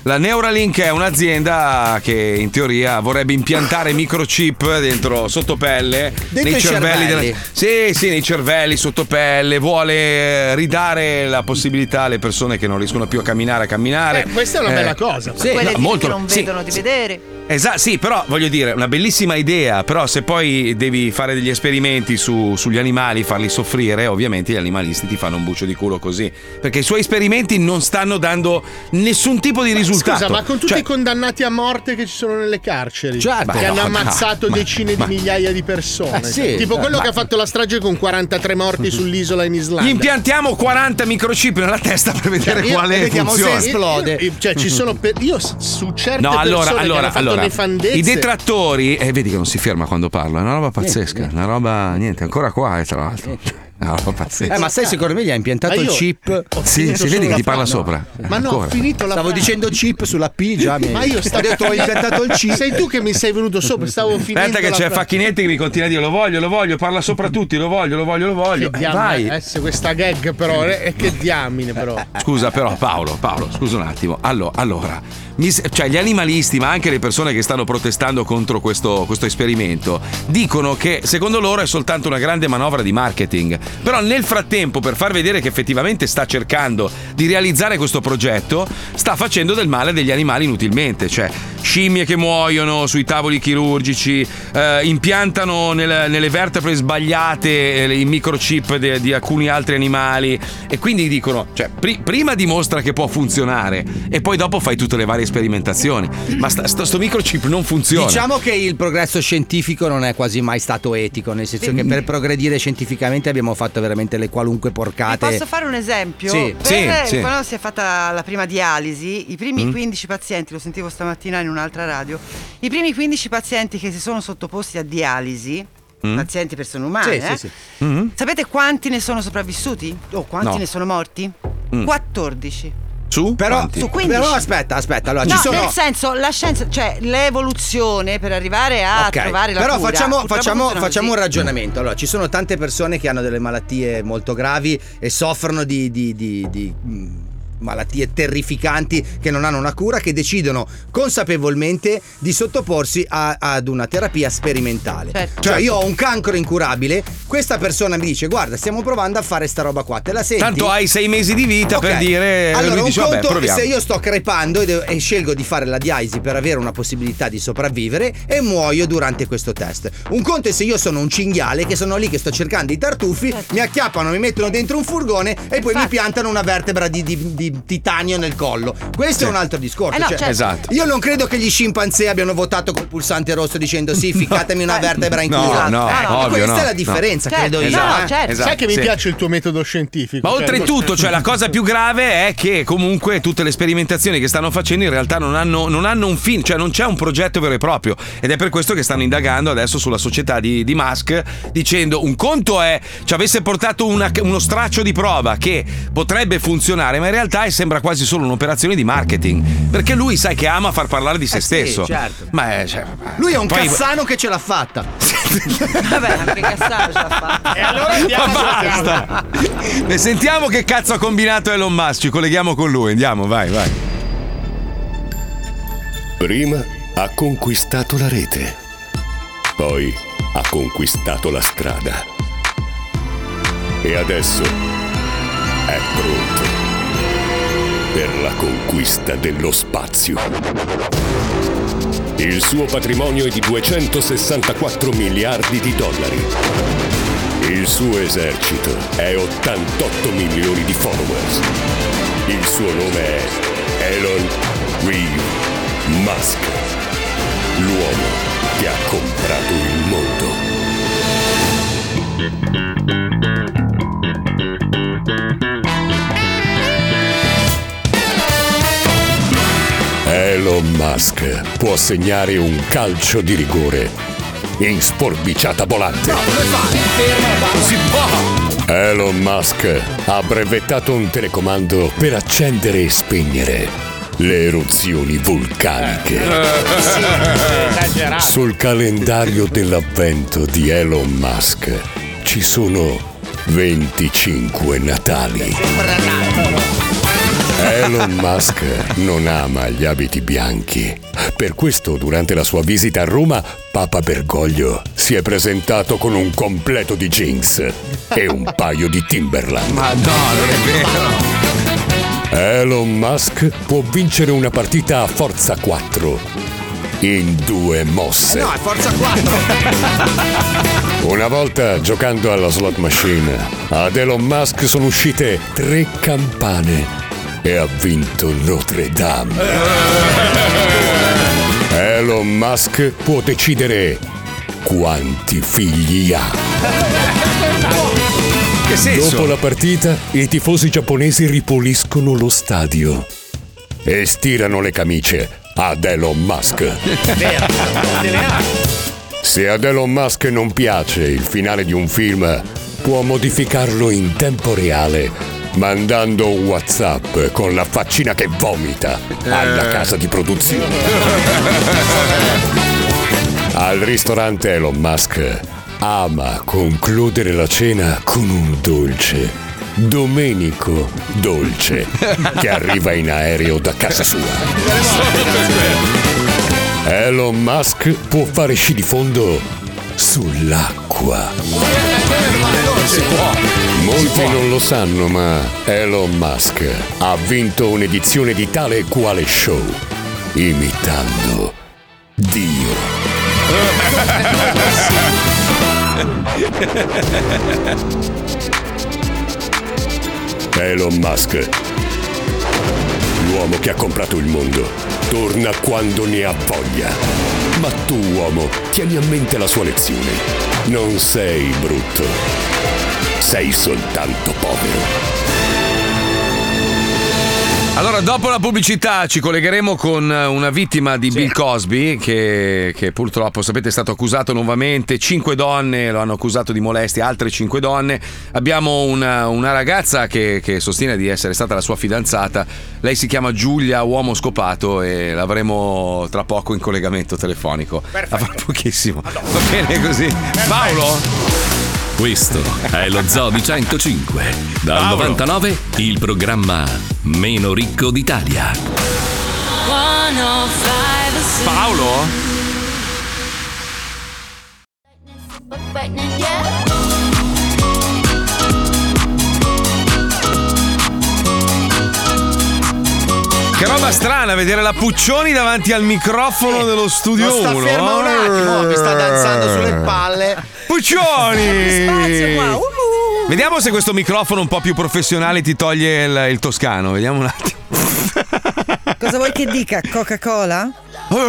La Neuralink è un'azienda che in teoria vorrebbe impiantare microchip dentro sottopelle, Dentro i cervelli. della- sì, sì, nei cervelli, sottopelle, vuole eh, ridare la possibilità alle persone che non riescono più a camminare a camminare. Eh, questa è una Eh, bella cosa. Sì, Quelle no, di- molto- che non sì, vedono di vedere. Esatto, sì, però voglio dire, una bellissima idea, però se poi devi fare degli esperimenti su- sugli animali, farli soffrire, ovviamente gli animalisti ti fanno un bucio di culo così, perché i suoi esperimenti non stanno dando nessun tipo di risultato. Scusa, ma con tutti Cioè, i condannati a morte che ci sono nelle carceri, Certo. che Ma hanno no, ammazzato no, decine ma- di migliaia di persone, Eh sì, tipo ma- quello ma- Mm. che ha fatto la strage con 43 morti sull'isola in Islanda. gli impiantiamo 40 microchip nella testa per vedere Cioè, io- quale vediamo se funziona. Mm-hmm. esplode. Io- Cioè, ci sono per- io s- su certe No, allora, persone che hanno allora, fatto allora, nefandezze. i detrattori, eh, vedi che non si ferma quando parla, è una roba pazzesca, una roba, niente, ancora qua, eh, tra l'altro. Una roba pazzesca. Eh, ma sai, secondo me gli ha impiantato Ma il io chip. ho Sì, finito sì, vedi solo che la ti parla frase. sopra. Ma no, Ancora. ho finito la Stavo frase. dicendo chip sulla P già. Mi... Ma io stavo ho detto ho impiantato il chip. Sei tu che mi sei venuto sopra, stavo finendo Aspetta che la c'è frase. Mm. Facchinetti che mi continua a dire lo voglio, lo voglio, parla sopra tutti, lo voglio, lo voglio, lo voglio. Che Eh, diamine, vai. eh, se questa gag però, eh, eh, che diamine però. Scusa però Paolo, Paolo, scusa un attimo. Allo- Allora, mi s- cioè gli animalisti, ma anche le persone che stanno protestando contro questo, questo esperimento, dicono che secondo loro è soltanto una grande manovra di marketing. Però nel frattempo, per far vedere che effettivamente sta cercando di realizzare questo progetto, sta facendo del male degli animali inutilmente. Cioè, scimmie che muoiono sui tavoli chirurgici, eh, impiantano nel- nelle vertebre sbagliate eh, i microchip de- di alcuni altri animali e quindi dicono, cioè, pri- prima dimostra che può funzionare e poi dopo fai tutte le varie sperimentazioni. Ma sta- sto, sto microchip non funziona. Diciamo che il progresso scientifico non è quasi mai stato etico, nel senso che per progredire scientificamente abbiamo fatto veramente le qualunque porcate. Posso fare un esempio? Sì, Per- sì, sì. Quando si è fatta la prima dialisi, i primi Mm. 15 pazienti, lo sentivo stamattina in un'altra radio, i primi 15 pazienti che si sono sottoposti a dialisi, Mm. pazienti persone umane, Sì, sì, eh, sì. sapete quanti ne sono sopravvissuti? O quanti No. ne sono morti? Mm. 14. Su? Però, Su 15. però aspetta, aspetta, allora no, ci sono nel senso, la scienza, cioè l'evoluzione per arrivare a Ok, trovare la Però cura, facciamo, purtroppo facciamo- funziona facciamo un così. ragionamento. Allora, ci sono tante persone che hanno delle malattie molto gravi e soffrono di, di- di- di, mh, malattie terrificanti che non hanno una cura, che decidono consapevolmente di sottoporsi a- ad una terapia sperimentale. Certo. Cioè, Certo. io ho un cancro incurabile, questa persona mi dice: Guarda, stiamo provando a fare sta roba qua, te la senti? Tanto hai sei mesi di vita per Ok. dire- Allora, lui un dice, "Vabbè, conto è proviamo." se io sto crepando e, devo- e scelgo di fare la dialisi per avere una possibilità di sopravvivere e muoio durante questo test. Un conto è se io sono un cinghiale che sono lì che sto cercando i tartufi, mi acchiappano, mi mettono dentro un furgone e poi mi piantano una vertebra di, di- di titanio nel collo. Questo è un altro discorso. Eh no, cioè, certo. Esatto. Io non credo che gli scimpanzé abbiano votato col pulsante rosso dicendo sì, ficcatemi una vertebra in No, Ah, culo. Eh, no, Eh, ovvio, questa no, è la no. differenza, credo io. Esatto, eh. certo. esatto, Sai che mi sì. piace il tuo metodo scientifico. Ma Cioè, oltretutto, cioè, la cosa più grave è che comunque tutte le sperimentazioni che stanno facendo in realtà non hanno, non hanno un fine, cioè non c'è un progetto vero e proprio. Ed è per questo che stanno indagando adesso sulla società di, di Musk, dicendo un conto è ci avesse portato una- uno straccio di prova che potrebbe funzionare, ma in realtà sembra quasi solo un'operazione di marketing. Perché lui sai che ama far parlare di se Eh sì, stesso. certo. Ma è, cioè, Lui è un poi- cazzano che ce l'ha fatta. E allora Eh, Ma andiamo basta! Ne sentiamo che cazzo ha combinato Elon Musk, ci colleghiamo con lui, andiamo, vai, vai. Prima ha conquistato la rete, poi ha conquistato la strada. E adesso è pronto per la conquista dello spazio. Il suo patrimonio è di 264 miliardi di dollari. Il suo esercito è 88 milioni di followers. Il suo nome è Elon Reeve Musk, l'uomo che ha comprato il mondo. Elon Musk può segnare un calcio di rigore in sforbiciata volante. Elon Musk ha brevettato un telecomando per accendere e spegnere le eruzioni vulcaniche. esagerato. Sul calendario dell'avvento di Elon Musk ci sono 25 Natali. Elon Musk non ama gli abiti bianchi. Per questo, durante la sua visita a Roma, Papa Bergoglio si è presentato con un completo di jeans e un paio di Timberland. Ma no, non è vero. Elon Musk può vincere una partita a forza 4 in due mosse. Eh No, è forza 4. Una volta giocando alla slot machine, ad Elon Musk sono uscite tre campane e ha vinto Notre Dame. Elon Musk può decidere quanti figli ha. Che Dopo senso? la partita, i tifosi giapponesi ripuliscono lo stadio e stirano le camicie ad Elon Musk. Se ad Elon Musk non piace il finale di un film, può modificarlo in tempo reale mandando un WhatsApp con la faccina che vomita alla Eh. casa di produzione. Al ristorante Elon Musk ama concludere la cena con un dolce. Domenico Dolce, che arriva in aereo da casa sua. Elon Musk può fare sci di fondo sull'acqua. Molti non lo sanno, ma Elon Musk ha vinto un'edizione di tale e quale show, imitando Dio. Elon Musk, l'uomo che ha comprato il mondo, torna quando ne ha voglia. Ma tu, uomo, tieni a mente la sua lezione. Non sei brutto, sei soltanto povero. Allora, dopo la pubblicità ci collegheremo con eh, una vittima di Bill Cosby che, che purtroppo, sapete, è stato accusato nuovamente. Cinque donne lo hanno accusato di molestia, altre cinque donne. Abbiamo una, una ragazza che, che sostiene di essere stata la sua fidanzata. Lei si chiama Giulia, uomo scopato, e l'avremo tra poco in collegamento telefonico. A fra pochissimo. Va bene così. Paolo? Questo è lo Zoo di 105. Dal Paolo. 99 il programma meno ricco d'Italia. 105 Paolo? Che roba strana vedere la Puccioni davanti al microfono dello studio ma sta 1. ferma un attimo, eh. mi sta danzando sulle palle. Puccioni! Vediamo se questo microfono un po' più professionale ti toglie il, il toscano. Vediamo un attimo. Cosa vuoi che dica? Coca-Cola? Sono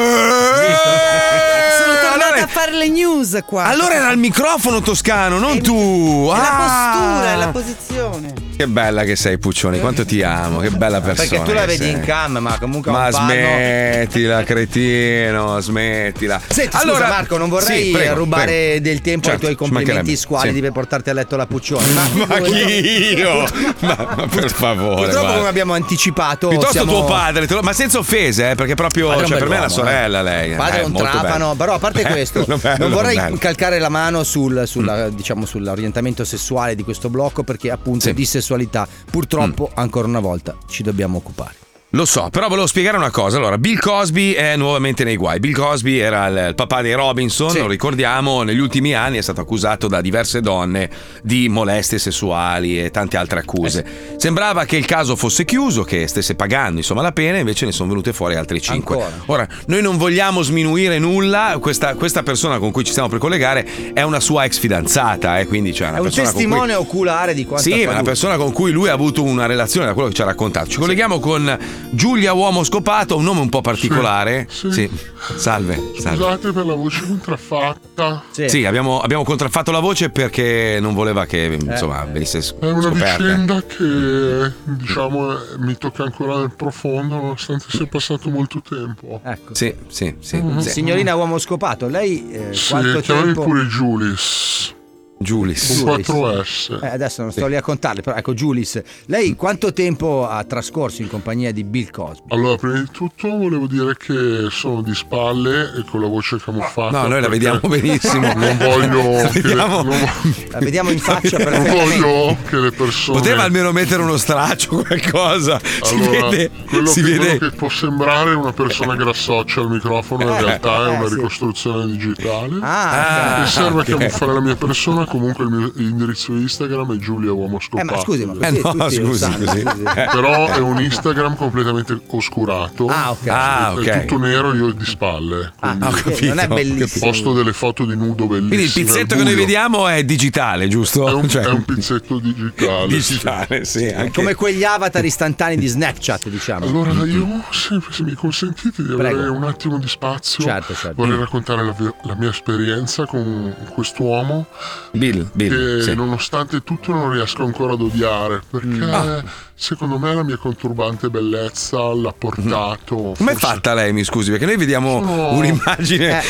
tornata a fare le news qua. Allora era il microfono toscano, non tu. È la Ah! postura, è la posizione. Che bella che sei, Puccioni. Quanto ti amo, che bella persona. Perché tu la che vedi sei. in cam, ma comunque ha Ma un panno. smettila, cretino, smettila. Senti, scusa, Marco, non vorrei rubare del tempo Certo, ai tuoi ci mancherebbe. complimenti squalidi Sì. per portarti a letto la Puccioni. Ma, Ma chi io? Ma, ma per favore. Purtroppo, guarda. come abbiamo anticipato, Piuttosto siamo- tuo padre, te lo- ma senza offese, eh, perché proprio Padre è un cioè, per me è la bell'uomo, sorella eh. lei. Padre eh, è un molto Eh, trapano, bello. però a parte Bello, questo, bello, non vorrei bello. Mm. calcare la mano sul- sulla- diciamo, sull'orientamento sessuale di questo blocco perché appunto di sessualità purtroppo Mm. ancora una volta ci dobbiamo occupare. Lo so, però volevo spiegare una cosa. Allora, Bill Cosby è nuovamente nei guai. Bill Cosby era il, il papà dei Robinson, lo ricordiamo, negli ultimi anni è stato accusato da diverse donne di molestie sessuali e tante altre Eh accuse. Sembrava che il caso fosse chiuso, che stesse pagando insomma la pena, invece ne sono venute fuori altre cinque. Ora, noi non vogliamo sminuire nulla, questa, questa persona con cui ci stiamo per collegare è una sua ex fidanzata, eh, quindi cioè una È un persona con cui- testimone oculare di quanto sì, ma la accaduto. persona con cui lui ha avuto una relazione, da quello che ci ha raccontato. Ci colleghiamo con Giulia Uomo Scopato, un nome un po' particolare. Sì, Sì. sì. Salve, salve. Scusate per la voce contraffatta. Sì, abbiamo, abbiamo contraffatto la voce perché non voleva che insomma, venisse s- È una scoperta. vicenda che diciamo eh, mi tocca ancora nel profondo nonostante sia passato molto tempo. Ecco. Sì, sì, sì. Mhm. sì. Signorina uomo scopato, lei eh, Sì, quanto chiamami tempo... pure Julis. Julis. Con 4 S. Eh, adesso non sto lì a contarle, però ecco Julis, lei quanto tempo ha trascorso in compagnia di Bill Cosby? Allora, prima di tutto volevo dire che sono di spalle e con la voce camuffata. No, noi la perché vediamo benissimo. Non voglio. La che le- vediamo- non vo- La vediamo in faccia non perfettamente. voglio che le persone. Poteva almeno mettere uno straccio, qualcosa. Si Allora, vede. quello, si che, vede- quello che può sembrare una persona grassoccia al microfono in realtà è una ricostruzione digitale Ah, che ok. serve ok. a camuffare la mia persona comunque il mio indirizzo Instagram è Giulia Uomo Scopato ma scusi, ma Eh, così no, tutti lo scusi, sanno, così. scusi. Eh, però è un Instagram completamente oscurato ah ok, Ah, ok. è tutto nero io di spalle quindi ho capito, non è ho bellissimo capito. posto delle foto di nudo bellissime Quindi il pizzetto al che noi buio. vediamo è digitale, giusto? Cioè, È un, pizzetto digitale. digitale, sì. anche- Come quegli avatar istantanei di Snapchat, diciamo. Allora io, se, se mi consentite di avere Prego. un attimo di spazio, Certo, certo. vorrei Mm. raccontare la, ve- la mia esperienza con quest'uomo Bill, Bill, che sì. nonostante tutto non riesco ancora ad odiare perché Mm. Ah. secondo me la mia conturbante bellezza l'ha portato... Com'è fatta lei, mi scusi? Perché noi vediamo Sono- Eh, un'immagine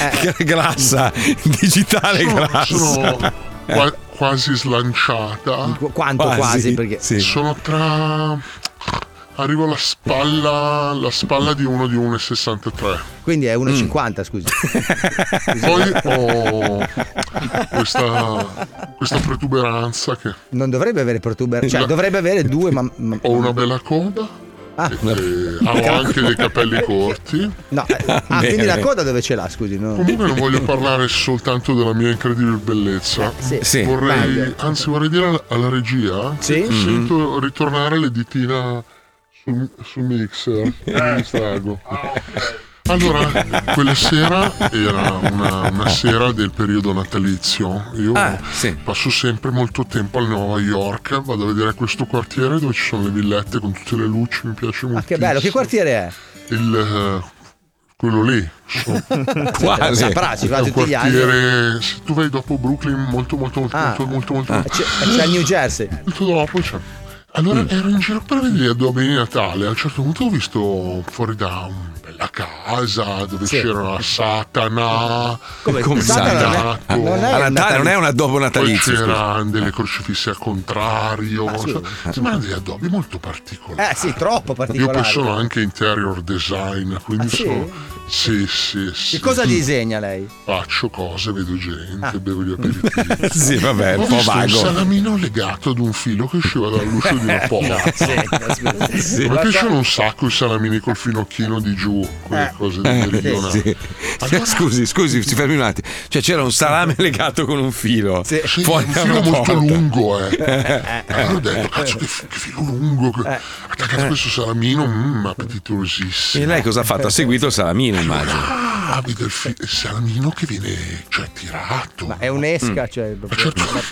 grassa, digitale Eh. sono, grassa. sono qua- quasi slanciata. quanto Quasi, quasi? Perché- sì. sono tra. Arrivo alla spalla, la spalla di uno di 1,63. Quindi è Mm. 1,50, scusi. Mm. Poi ho questa, questa protuberanza che Non dovrebbe avere protuberanza, cioè No. dovrebbe avere due, ma. ma- ho una bella coda. e che ho anche dei capelli corti. Ah. No, Oh, eh, ah, Bene. quindi la coda dove ce l'ha, scusi? no? Comunque non voglio parlare soltanto della mia incredibile bellezza. sì. Sì. Vorrei, Meglio. anzi, vorrei dire alla, alla regia che Mm-hmm. Mhm. sento ritornare le ditina sul, sul mixer. Mi distrago. Allora, quella sera era una, una sera del periodo natalizio. Io passo sempre molto tempo a Nuova York, vado a vedere questo quartiere dove ci sono le villette con tutte le luci, mi piace molto. Ah, Che bello, che quartiere è? Il, eh, quello lì so. Quasi. Saprà, ci va È un tutti gli anni. quartiere se tu vai dopo Brooklyn molto molto molto Ah. molto molto molto Ah, c'è- c'è il New Jersey Mm. molto dopo c'è allora ero in giro per vedere gli addobbi di Natale a un certo punto ho visto fuori da un bel casa dove c'era Satana. Come- Come Satana? Satana? Satanato. Non è- non è Ah, un Natale, non è un addobbo natalizio, Poi c'erano scusa. delle crocifisse al contrario. Ma Ah, sì. Sì, ma degli addobbi molto particolari. Eh sì, troppo Io poi particolare. sono anche interior design, quindi Ah, sì? sono. Sì, sì, sì. Che cosa disegna lei? Faccio cose, vedo gente, bevo gli aperitivi. Ah. sì, vabbè, Ho un po' visto vago. Un salamino legato ad un filo che usciva dall'uscio di una porta. Sì, sì. Mi Lo so. piacciono un sacco i salamini col finocchino di giù, quelle cose di meridionale. Eh. Sì. Allora- Scusi, scusi, si fermi un attimo. Cioè, c'era un salame legato con un filo. Sì, fuori un da filo una molto porta. lungo, eh. Eh. Allora ho detto, cazzo, che, fi- che filo lungo. che- Attaccato a questo salamino, mmm, appetitosissimo. E lei cosa ha fatto? Ha seguito il salamino, immagino. Ah, vedo il, fi- il salamino che viene, cioè, tirato. Mm. certo. Ma è un'esca, cioè,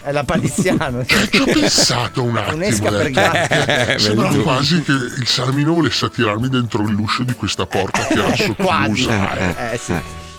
è la paliziano. Eh, Ci ho pensato un attimo. Un'esca per detto, gatto. eh, sembrava vedi tu. quasi che il salamino volesse attirarmi dentro l'uscio di questa porta che era Quasi. socchiusa. Eh, eh, sì.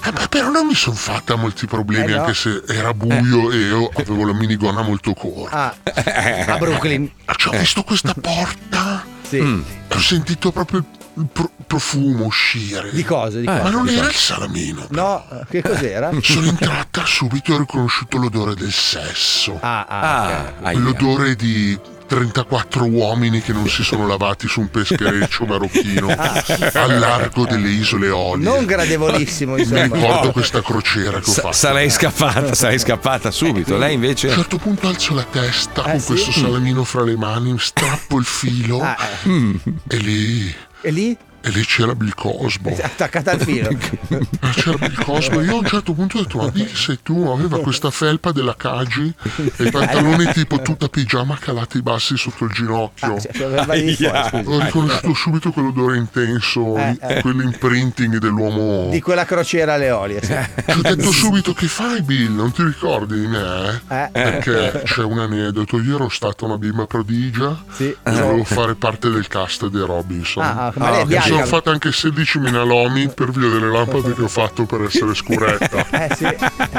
Eh, ma però non mi sono fatta molti problemi, Eh, no. anche se era buio e io avevo la minigonna molto corta. Ah, a Brooklyn. Eh. Ci ho visto questa porta. Mm. Ho sentito proprio il pro- profumo uscire. Eh, Di cosa? Di Ma cosa? Eh, non Di era cosa? il esatto. salamino. No, che cos'era? Sono entrata Eh, subito e ho riconosciuto l'odore del sesso. Ah, ah, ok. aia. L'odore di 34 uomini che non si sono lavati su un peschereccio marocchino Ah. al largo delle isole Olie. Non gradevolissimo, Mi insomma. ricordo questa crociera che ho Sa- fatto. sarei scappata, sarei scappata subito. Lei invece. A un certo punto alzo la Eh, testa con sì? questo Mm. salamino fra le mani, strappo il filo Mm. e lì. Ah, eh. E lì? E lì c'era Bill Cosmo. Attaccata al filo. C'era Bill Cosmo. Io a un certo punto ho detto: Ma Bill, sei tu? Aveva questa felpa della Kaji e i pantaloni tipo tutta pigiama calati bassi sotto il ginocchio. Ah, cioè, aveva lì fuori, Aia. scusa. Ho riconosciuto subito quell'odore intenso, Eh, eh. quell'imprinting dell'uomo. Di quella crociera alle olie. sì. Eh. Ti ho detto subito che fai Bill, non ti ricordi di me? Eh. Perché c'è un aneddoto, io ero stata una bimba prodigia e volevo fare parte del cast dei Robinson. Eh. Ah, ah, ma lei è mi bianca. sono fatta anche 16 minalomi per via delle lampade che ho fatto per essere scuretta. Eh sì.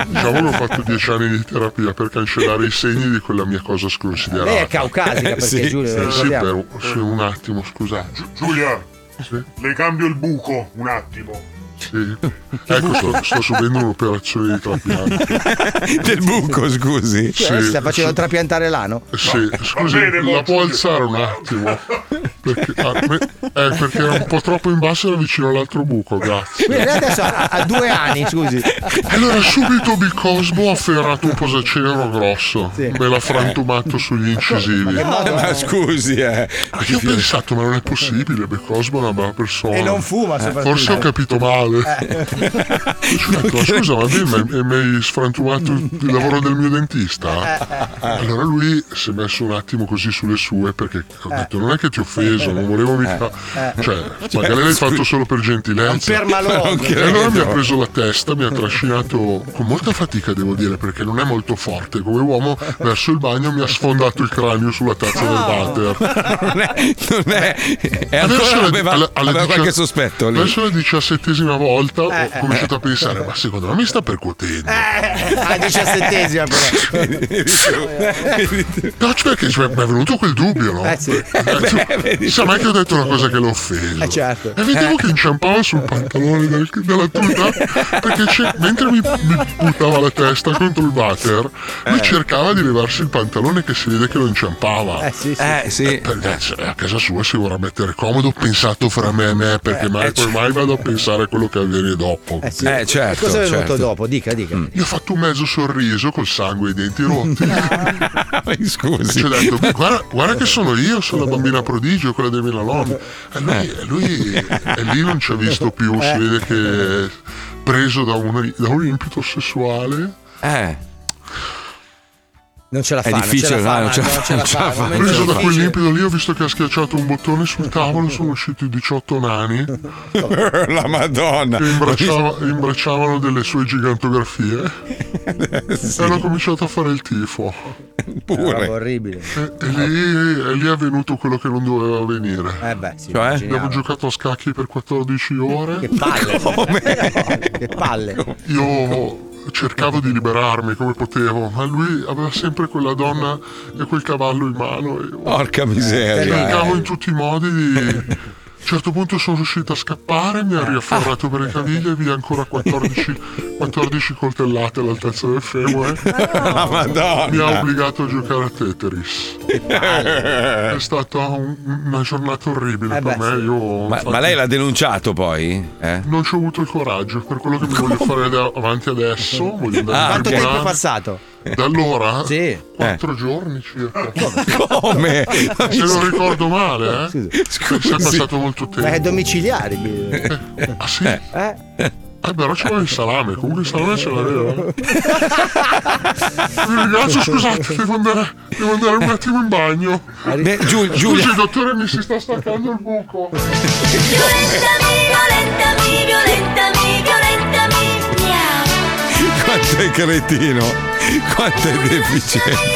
Diciamo che ho fatto 10 anni di terapia per cancellare i segni di quella mia cosa sconsiderata. Lei è caucasica, perché, Sì. Giulio, lo Sì, ricordiamo. per- sì, un attimo, scusate. Giulia, le cambio il buco un attimo. Sì. Ecco, sto, sto subendo un'operazione di trapianto. Del buco, scusi. Cioè, sta facendo trapiantare l'ano. Eh, Sì, scusi, bene, la mo- può alzare un attimo? Perché, ah, me- eh, perché era un po' troppo in basso e era vicino all'altro buco, grazie. Quindi lei adesso ha, ha due anni, scusi. Allora subito Bill Cosmo ha afferrato un posacero grosso, me l'ha frantumato sugli incisivi. Ah, Ma che modo- Ma scusi, eh. Io ho pensato, ma non è possibile, Bill Cosmo è una brava persona. Eh, E non fuma, soprattutto. Eh. Forse ho capito male. Ci ho detto, ma scusa, ma beh, ma- ma mi hai sfrantumato il lavoro del mio dentista? Eh, Allora lui si è messo un attimo così sulle sue perché ho Eh. detto non è che ti ho offeso, non volevo mica... Eh. Cioè, Cioè, magari l'hai scusi. fatto solo per gentilezza. È un permalone. Ma non E allora credo. Ecco. mi ha preso la testa, mi ha trascinato con molta fatica devo dire perché non è molto forte come uomo verso il bagno mi ha sfondato il cranio sulla tazza del water. Non è. Non è, è Verso ancora la- aveva, alla- alla aveva qualche dicio- sospetto lì. Verso la diciassettesima volta Eh, eh. ho cominciato a pensare, ma secondo me mi sta percuotendo. Alla Eh, diciassettesima, No, cioè, perché cioè, mi è venuto quel dubbio, no? Eh, sì. Eh, vedi. Sa mai che ho detto una cosa che l'ho offeso. Eh, certo. E vedevo che inciampava sul pantalone del- della tuta perché c'è- mentre mi, mi buttava la testa contro il water, lui Eh. cercava di levarsi il pantalone che si vede che lo inciampava. Eh, sì, sì. Eh, sì. perché se- a casa sua si vorrà mettere comodo, ho pensato fra me e Eh, me, perché mai, cioè. poi mai vado a pensare a quello che avviene dopo. Eh, certo. Cosa è venuto certo. dopo? Dica, dica. Mm. Gli ho fatto un mezzo sorriso col sangue e i denti rotti. Scusi. E ci ho detto, guarda, guarda che sono io, sono la bambina prodigio, quella dei Milalon. E lui, e Eh. lui- e lì non ci ha visto più, si vede che è preso da un, da un impeto sessuale. Eh. Non ce la È fa, difficile, non ce la fa, no, non ce la- non ce la non ce fa. la fa. Preso da quell'impeto lì ho visto che ha schiacciato un bottone sul tavolo, sono usciti 18 nani. La Madonna. Che imbracciava- imbracciavano delle sue gigantografie. Sì. E hanno cominciato a fare il tifo. Pure. Roba orribile. E lì, e lì è venuto quello che non doveva venire. Eh beh, sì, Cioè? immaginavo. Abbiamo giocato a scacchi per 14 ore. Che palle. cioè, eh. Che palle. Io cercavo di liberarmi come potevo, ma lui aveva sempre quella donna e quel cavallo in mano. E Eh, Porca Oh, miseria. cercavo in tutti i modi di un certo punto sono riuscito a scappare, mi ha riafferrato per le caviglie e vi ha ancora 14, 14 coltellate all'altezza del femore. La Madonna. Mi ha obbligato a giocare a Tetris. È stata un- una giornata orribile per me. Io, Eh Ma, ma lei l'ha denunciato poi? Eh? Non ci ho avuto il coraggio per quello che mi voglio fare da- avanti adesso. Voglio andare Ah, in quanto tribunale. tempo è passato? Da allora? Sì. Quattro Eh. giorni circa. Come? Se non ricordo male, eh? Scusi. È passato molto tempo. Ma è domiciliari. Ah sì? Eh? però c'era il salame, comunque il salame ce l'aveva. Ecco. Vi ringrazio, scusate, devo andare, devo andare un attimo in bagno. Beh, Giul- Giulia- Scusi, dottore, mi si sta staccando il buco. Quanto è cretino, quanto è deficiente.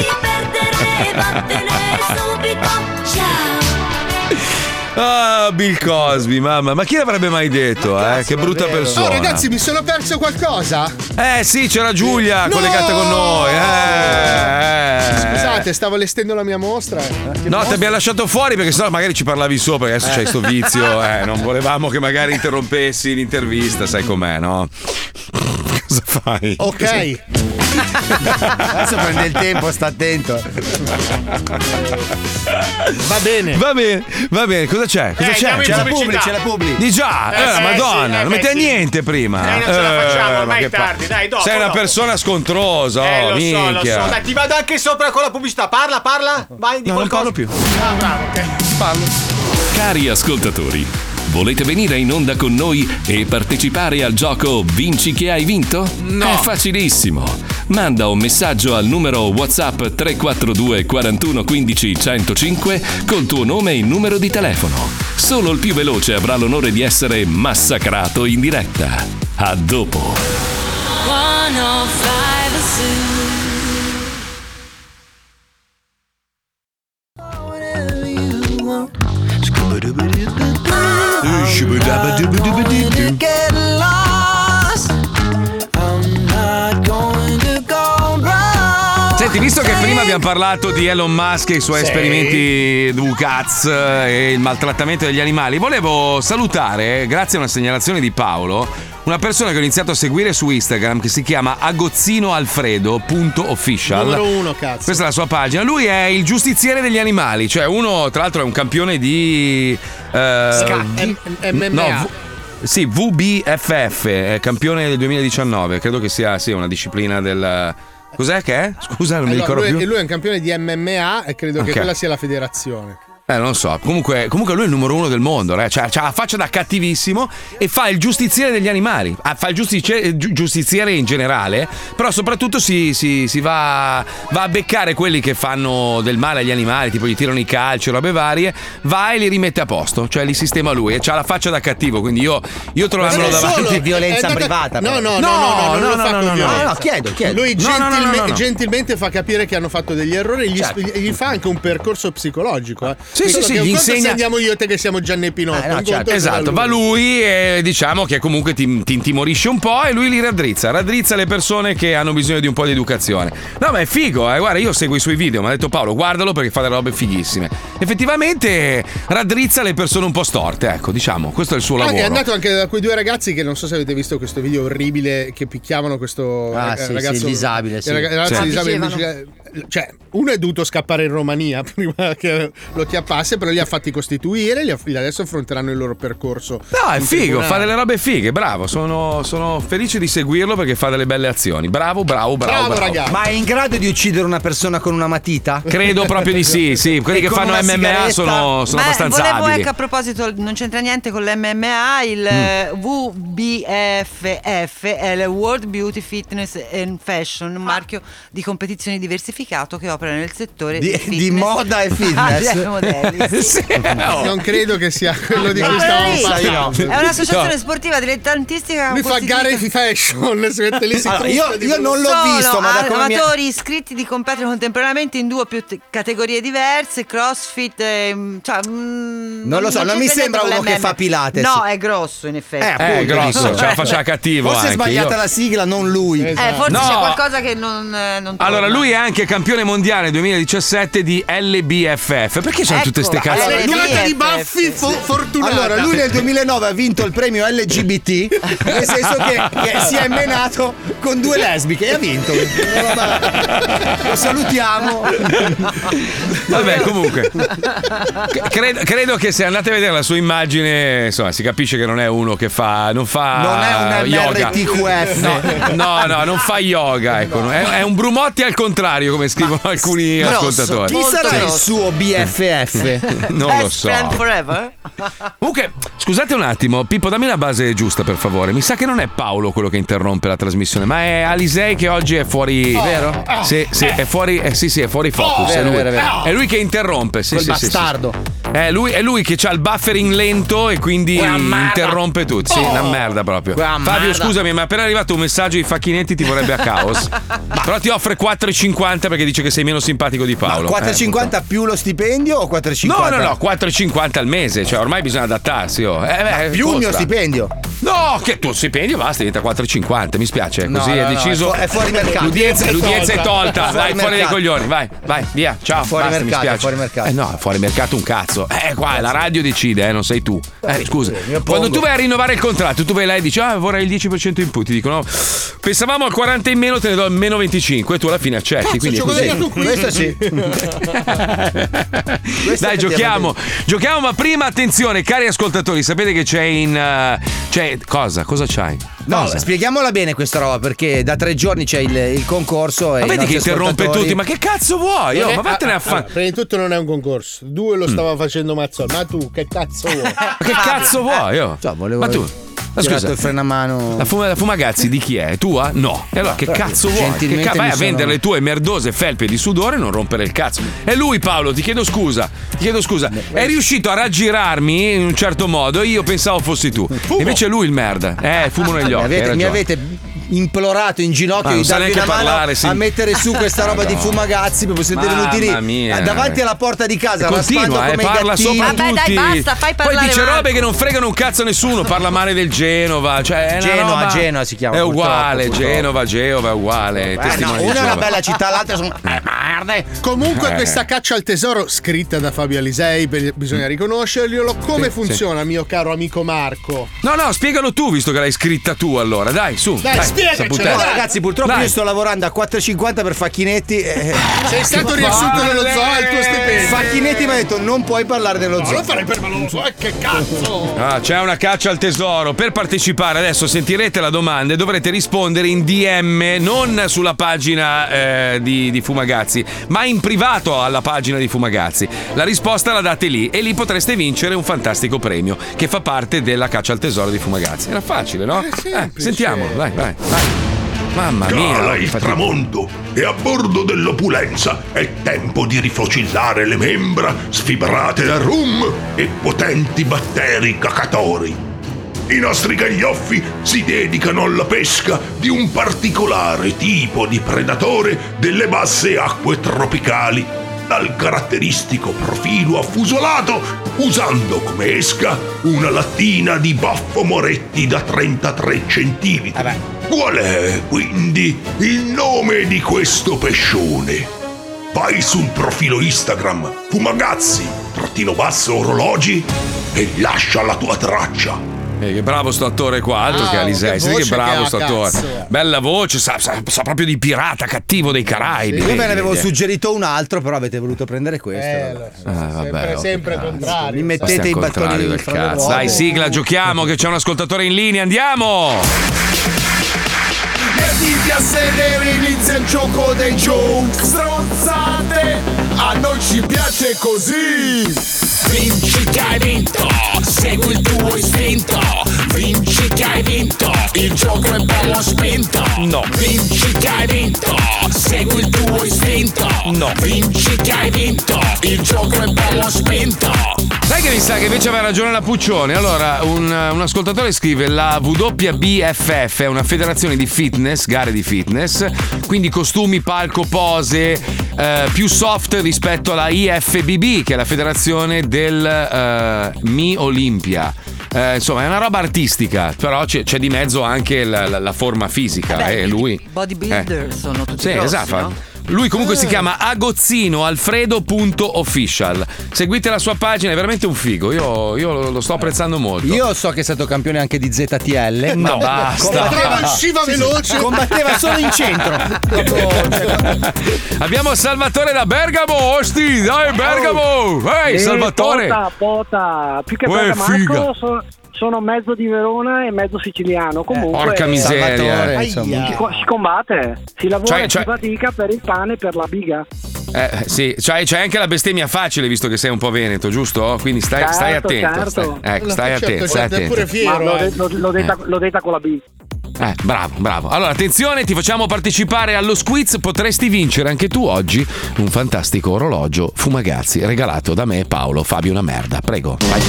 Ah, Bill Cosby, mamma, ma chi l'avrebbe mai detto? eh? Che brutta persona. Oh, ragazzi, mi sono perso qualcosa. Eh sì, c'era No! Giulia Ah, collegata con noi. eh, eh. Scusate, stavo allestendo la mia mostra. Che No, mostra? ti abbiamo lasciato fuori perché sennò magari ci parlavi sopra, perché adesso c'hai sto vizio, eh, non volevamo che magari interrompessi l'intervista, sai com'è, no? Cosa fai? Ok. Adesso prende il tempo, sta attento. Va bene. Va bene, va bene, cosa c'è? Cosa Eh, c'è? andiamo in C'è la pubblicità. Publi, c'è la Publi. Di già, Eh, eh, la eh, Madonna, sì, eh, non beh, metti a sì. niente prima. Eh, Dai, non ce la facciamo, ma ormai che è tardi, pa- dai, dopo, Sei una dopo. Eh, persona scontrosa, oh, lo so, lo minchia. so. Dai, ti vado anche sopra con la pubblicità. Parla, parla. Eh. Vai di No, non qualcosa. parlo più. Ah, bravo, ok. Cari ascoltatori, volete venire in onda con noi e partecipare al gioco Vinci che hai vinto? No! È facilissimo! Manda un messaggio al numero WhatsApp 342 41 15 105 col tuo nome e numero di telefono. Solo il più veloce avrà l'onore di essere massacrato in diretta. A dopo! 105 Zoo. Get lost. I'm not going to go wrong. Senti, visto che prima abbiamo parlato di Elon Musk e i suoi Sì. esperimenti Ducats e il maltrattamento degli animali, volevo salutare, grazie a una segnalazione di Paolo, una persona che ho iniziato a seguire su Instagram che si chiama agozzinoalfredo.official. Numero uno, cazzo. Questa è la sua pagina. Lui è il giustiziere degli animali, cioè uno tra l'altro è un campione di... eh, Scacchi. M- MMA. No, v- sì, VBFF, è campione del 2019, credo che sia sì, una disciplina del... Cos'è che è? Scusa, non mi Allora, ricordo lui, più. e lui è un campione di MMA e credo Ok. che quella sia la federazione. Eh, non so. Comunque, comunque lui è il numero uno del mondo, eh. Cioè, c'ha la faccia da cattivissimo e fa il giustiziere degli animali. Ah, Fa il giustiziere, giu- giustiziere in generale, però soprattutto si, si- si va, va a beccare quelli che fanno del male agli animali, tipo gli tirano i calci, robe varie. Va e li rimette a posto, cioè li sistema lui e c'ha la faccia da cattivo. Quindi io, io trovandolo non è davanti. Eh, solo, è violenza È andata- privata, No, no, no, no, no, non lo fa con violenza. Lui No, no, no, no, gentilme- no, no. gentilmente fa capire che hanno fatto degli errori e gli, Certo. sp- gli fa anche un percorso psicologico. Eh. Sì, Perché sì, sì, un gli conto se insegna- andiamo io e te che siamo Gianni Pinotto. Eh, no, un certo. conto se va Esatto, lui. va lui e diciamo che comunque ti, ti intimorisce un po' e lui li raddrizza, raddrizza le persone che hanno bisogno di un po' di educazione. No, ma è figo, eh, guarda, io seguo i suoi video, mi ha detto Paolo, guardalo perché fa delle robe fighissime. Effettivamente raddrizza le persone un po' storte, ecco, diciamo, questo è il suo Ah, lavoro. è andato anche da quei due ragazzi che non so se avete visto questo video orribile che picchiavano questo Ah, eh, sì, sì, ragazzo il disabile, sì. il raga- ragazzo Sì. disabile in Ah, bicicletta. Cioè, uno è dovuto scappare in Romania prima che lo chiappasse, però li ha fatti costituire, li ha- li adesso affronteranno il loro percorso. No, è in figo, tribunale. fa delle robe fighe, bravo, sono, sono felice di seguirlo perché fa delle belle azioni. Bravo, bravo, bravo, bravo. Ma è in grado di uccidere una persona con una matita? Credo proprio di sì, sì, quelli E che con fanno una MMA sigaretta? sono, sono Beh, abbastanza volevo abili. ecco a proposito, non c'entra niente con l'MMA, il eh, WBFF è il World Beauty Fitness and Fashion, Ah. un marchio di competizioni diversificato che opera nel settore Di- del di fitness. moda e fitness. Ah, dei modelli, sì. Non credo che sia quello di cui Ah, stavamo sì. parlando. È un'associazione sportiva dilettantistica Lui fa costituita- gare di fashion, si mette lì si Allora, trucca io- di io quello- non l'ho Sono visto, ma da come mi- amatori Ah, iscritti di competere contemporaneamente in due o più t- categorie diverse, crossfit, ehm, cioè, mm, Non lo so, non mi c'entra niente sembra con uno che l'MM. fa Pilates. No è grosso in effetti. Eh, appunto, grosso, ce la faceva cattivo Forse è anche, sbagliata io- la sigla, non lui. Eh, forse No. c'è qualcosa che non, eh, non torna. Allora, lui è anche campione mondiale 2017 di LBFF. Perché c'hanno tutte ste cazzo? Eh, Allora, di baffi fo- fortunata. Allora, lui nel 2009 ha vinto il premio LGBT, nel senso che, che si è menato con due lesbiche e ha vinto. Eh, Lo salutiamo. Vabbè, comunque. C- Credo, credo che se andate a vedere la sua immagine, insomma, si capisce che non è uno che fa. Non, fa Non è un yoga. MRTQF. No, no, no, non fa yoga. Ecco. È, è un Brumotti al contrario, come scrivono alcuni Grosso. ascoltatori. Chi sarà il Grosso. suo BFF? Non lo so. forever? Comunque, scusate un attimo, Pippo, dammi la base giusta, per favore. Mi sa che non è Paolo quello che interrompe la trasmissione, ma è Alisei che oggi è fuori. Oh. Vero? Oh. Sì, sì, è fuori, eh, sì, sì, è fuori focus. Vero, è, lui. vero, vero. È lui che interrompe. Sì, Quel sì, sì, sì, bastardo. sì. È, lui, è lui che ha il buffering lento e quindi Una merda. interrompe tutto. Sì, Oh. una merda proprio. Una Fabio, merda. scusami, ma è appena arrivato un messaggio di Facchinetti ti vorrebbe a caos. Però ti offre 4,50 perché dice che sei meno simpatico di Paolo. Eh, 4,50 più lo stipendio o 4,50? No, no, no, 4,50 al mese, cioè ormai bisogna adattarsi. oh. Eh, beh, più il mio costa. stipendio. No, che tuo stipendio basta, diventa 4,50. Mi spiace, No, così no, è no, deciso. è fu- è fuori mercato. L'udienza, l'udienza è tolta. Fuori Vai, fuori dai mercato. coglioni. Vai, vai, via. Ciao. Fuori basta, mercato, mi spiace. fuori mercato. Eh, no, fuori mercato un cazzo. Eh, qua è la radio decide, eh, non sei tu. Eh, scusa. Quando tu vai a rinnovare il contratto, tu vai là e dici, ah, vorrei il 10% in più. Ti dicono, pensavamo al 40 in meno, te ne do almeno 25. E tu alla fine accetti. quindi è così. Questo sì. Dai, giochiamo. Giochiamo, ma prima attenzione, cari ascoltatori, sapete che c'è in. eh, c'è. Cosa? Cosa c'hai? No, Cosa? spieghiamola bene questa roba perché da tre giorni c'è il, il concorso e Ma i vedi che nostri interrompe ascoltatori- Eh, tutti, ma che cazzo vuoi? Oh, ma vattene a fa. Allora, prima di tutto non è un concorso. Due lo Mm. stava facendo Mazzoni. Ma tu che cazzo vuoi? ma che Ah, cazzo vuoi? oh? eh, cioè, volevo- Ma tu. Ma Ho tirato scusa, il frenamano. la, fuma- la fumagazzi di chi è? Tua? No. E allora No, che però cazzo vuoi? Che gentilmente ca- vai mi a sono- vendere le tue merdose felpe di sudore e non rompere il cazzo. E lui, Paolo, ti chiedo scusa. Ti chiedo scusa. È riuscito a raggirarmi in un certo modo. Io pensavo fossi tu. Invece lui il merda. Eh, fumo negli Ah, occhi. Mi hai avete, mi ragione. avete implorato in Ma ginocchio non di sa darvi neanche una mano parlare, sì. a mettere su questa roba di Madonna. fumagazzi perché siete Mamma venuti lì mia. davanti alla porta di casa E raspando continua, eh, come i parla gattini. sopra tutti. Poi dice male. robe che non fregano un cazzo a nessuno, parla male del Genova, cioè è una Genova, roba- Genova si chiama, È purtroppo, uguale, purtroppo. Eh, Genova, Geova è uguale, testimoni di una è una Geova. bella città, l'altra sono. Comunque Eh. questa caccia al tesoro scritta da Fabio Alisei, per- bisogna riconoscerglielo. Come Mm. Sì, funziona, mio caro amico Marco? No, no, spiegalo tu visto che l'hai scritta tu allora, dai, su. Dai, spiegacelo, Saputelli. dai. Ragazzi, purtroppo Dai. io sto lavorando a 4,50 per Facchinetti. eh. e- Sei stato riassunto nello zoo al tuo stipendio. Facchinetti mi ha detto non puoi parlare dello zoo. lo farei per maloso, eh, che cazzo! Ah, c'è una caccia al tesoro. Per partecipare adesso sentirete la domanda e dovrete rispondere in DM, non sulla pagina eh, di, di Fumagazzi, ma in privato alla pagina di Fumagazzi. La risposta la date lì e lì potreste vincere un fantastico premio che fa parte della caccia al tesoro di Fumagazzi. Era facile, no? Eh, sentiamolo, dai, vai, vai. Eh, Mamma mia. Cala il infatti- tramonto e a bordo dell'opulenza è tempo di rifocillare le membra sfibrate da rum e potenti batteri cacatori. I nostri gaglioffi si dedicano alla pesca di un particolare tipo di predatore delle basse acque tropicali, dal caratteristico profilo affusolato, usando come esca una lattina di baffo moretti da 33 cm. Qual è quindi il nome di questo pescione? Vai sul profilo Instagram Fumagazzi, trattino basso orologi e lascia la tua traccia. Eh, che bravo sto attore qua, altro Ah, che che Alisei, sai che voce che bravo ha, sto cazzo. attore. Bella voce, sa, sa- sa proprio di pirata cattivo dei Caraibi. Io vedi, ve ne avevo vedi. suggerito un altro, però avete voluto prendere questo. Eh, vabbè. Ah, vabbè, oh, sempre che cazzo. contrario. Ma Mi stai mettete al i battoni contrario lì del fra le cazzo. ruote. Dai, sigla, giochiamo che c'è un ascoltatore in linea, andiamo! Mettiti a sedere, inizia il gioco dei joke Stronzate, a noi ci piace così Vinci che hai vinto, segui il tuo istinto Vinci che hai vinto, il gioco è bello spinto No Vinci che hai vinto, segui il tuo istinto No Vinci che hai vinto, il gioco è bello spinto Sai che mi sa che invece aveva ragione la Puccione? Allora, un, un ascoltatore scrive la WBFF è una federazione di fitness, gare di fitness, quindi costumi, palco, pose, eh, più soft rispetto alla IFBB, che è la federazione del eh, Mi Olimpia. Eh, insomma, è una roba artistica, però c'è, c'è di mezzo anche la, la- la forma fisica. Vabbè, eh, lui. Bodybuilder Eh. sono tutti Sì, grossi, esatto. no? Lui comunque si chiama agozzinoalfredo.official. Seguite la sua pagina, è veramente un figo. Io, io lo, lo sto apprezzando molto. Io so che è stato campione anche di ZTL, ma Ma basta. Combatteva, usciva veloce. Combatteva solo in centro. Abbiamo Salvatore da Bergamo, osti, dai Bergamo! Ehi, Eh, Salvatore! Pota, pota. Più che Uè, per figa. Marco, so- sono mezzo di Verona e mezzo siciliano. Comunque, porca miseria. Salvatore, Aia. insomma. Si, co- si combatte, si lavora Cioè, e cioè- si fatica per il pane e per la biga. Eh, sì, c'hai, c'hai anche la bestemmia facile visto che sei un po' veneto, giusto? Quindi stai, Certo, stai attento. certo. Stai, ecco, stai attento. Stai certo, Ma attento. l'ho, eh. de- l'ho- l'ho detta, l'ho detta con la B. Eh, bravo, bravo. Allora, attenzione, ti facciamo partecipare allo squiz. Potresti vincere anche tu oggi un fantastico orologio Fumagazzi regalato da me e Paolo. Fabio, una merda. Prego. Vai.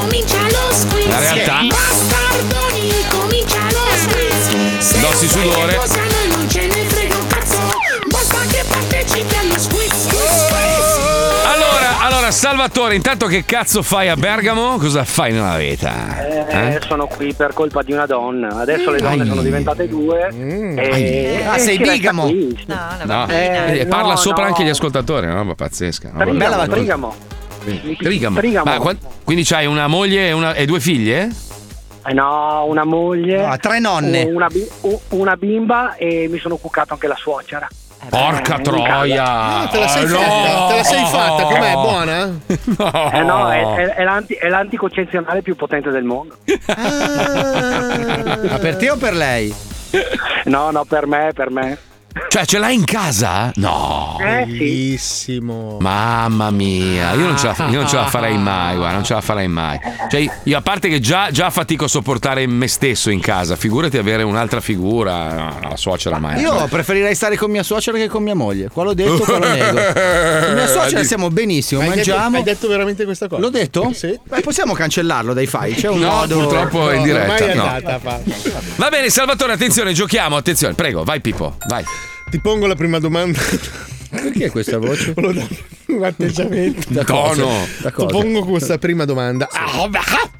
Comincia lo squiz. La realtà- Bastardoni, comincia lo squiz. Dossi Se non fai le sudore. cose a noi non ce ne frega un cazzo. Basta che partecipi allo squiz. squiz, squiz. Allora, allora, Salvatore, intanto che cazzo fai a Bergamo? Cosa fai nella vita? Eh, Eh? Sono qui per colpa di una donna. Adesso le donne Ai. sono diventate due. E... Ah, e sei si resta bigamo? qui. No. bambina. Eh, Eh, parla no, sopra no. anche gli ascoltatori, è una roba pazzesca. una Trigamo, roba- Trigamo. Trigamo. Trigamo. Ma qua- quindi c'hai una moglie e, una- e due figlie? Eh no, una moglie. tre nonne. Una, bi- u- una bimba e mi sono cuccato anche la suocera. Porca eh, troia! eh, te la sei Oh, no! fatta, te la sei fatta, com'è, buona? Oh. No. Eh no, è, è- è l'anti- è l'anticoncezionale più potente del mondo. Ma per te o per lei? No, no, per me, per me. Cioè, ce l'hai in casa? No. Ah, Bellissimo. Mamma mia, io non ce la, io non ce la farei mai, guarda, non ce la farei mai. Cioè, io a parte che già, già fatico a sopportare me stesso in casa, figurati avere un'altra figura, no, no, la suocera Eh. mai. Io preferirei stare con mia suocera che con mia moglie. Qua l'ho detto, qua lo nego. Con mia suocera siamo benissimo, Hai detto, mangiamo. hai detto veramente questa cosa? L'ho detto? Beh, possiamo cancellarlo dai file. C'è un No, modo. purtroppo è in No, diretta, ormai è no. andata, Fabio. Va bene, Salvatore, attenzione, giochiamo, attenzione, prego, vai Pippo, vai. Ti pongo la prima domanda. Perché questa voce? un atteggiamento. Da cosa? Tono. Da Ti cosa? pongo questa prima domanda. Ah, ah.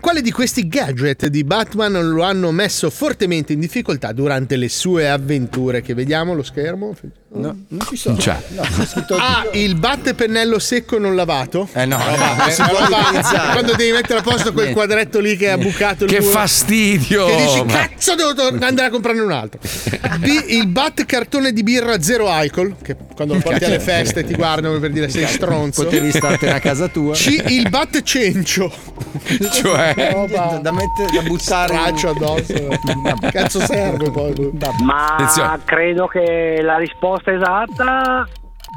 Quale di questi gadget di Batman lo hanno messo fortemente in difficoltà durante le sue avventure? Che vediamo lo schermo? No, non ci sono. Cioè. A. Il batte pennello secco non lavato. Eh no, Eh, si può allora, utilizzare. Quando devi mettere a posto quel Niente. quadretto lì che ha bucato il Che muro. fastidio! Che dici, Ma- cazzo, devo tor- andare a comprarne un altro. B, il bat cartone di birra zero alcol, che quando lo porti alle feste ti guardano per dire sei stronzo. Potevi startene a casa tua. C, il bat cencio. Cioè? Eh, Da- da mettere- da buttare- Straccio addosso. Cazzo serve poi. Ma Attenzione. credo che la risposta esatta.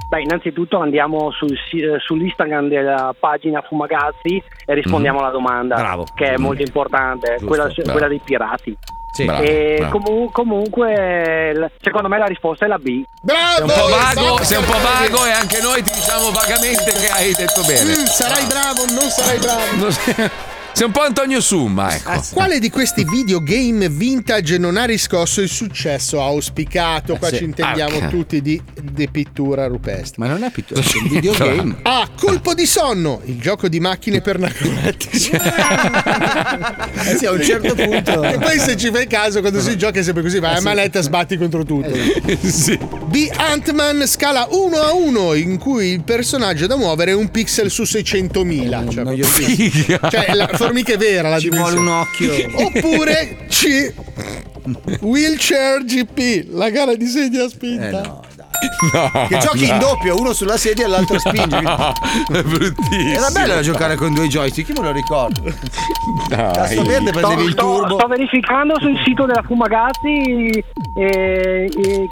Beh, innanzitutto andiamo sul si- eh, sull'Instagram della pagina Fumagazzi e rispondiamo alla domanda, che è molto importante, Mhm. Giusto, quella, bravo. quella dei pirati. Sì. e Bravo, bravo. comu- comunque, l- secondo me la risposta è la B. Sei un po' vago, sei un po' vago e anche noi ti diciamo vagamente che hai detto bene. Mm, sarai bravo, non sarai bravo. Non sei- Sei un po' Antonio Summa, ecco. Quale di questi videogame vintage non ha riscosso il successo auspicato? Qua Eh sì. ci intendiamo Arca. tutti di, di pittura rupestre. Ma non è pittura, è un videogame. A. Ah, Colpo di sonno, il gioco di macchine per narcotici. Eh sì, a un certo punto. Eh E poi se ci fai caso, quando si gioca è sempre così, vai a manetta sbatti contro tutto. B. Ant-Man scala 1 a 1, in cui il personaggio da muovere è un pixel su Eh, 600.000. Cioè, Figa. cioè, la formica è vera la Ci dimensione. vuole un occhio. Oppure C. Wheelchair GP, la gara di sedia a spinta. Eh, No, Che giochi Ah, no. in doppio, uno sulla sedia e l'altro spingi. No, è bruttissimo. Era bello giocare con due joystick, io me lo ricordo. Dai. Tasto verde prendevi il turbo. sto verificando sul sito della Fumagazzi eh, eh,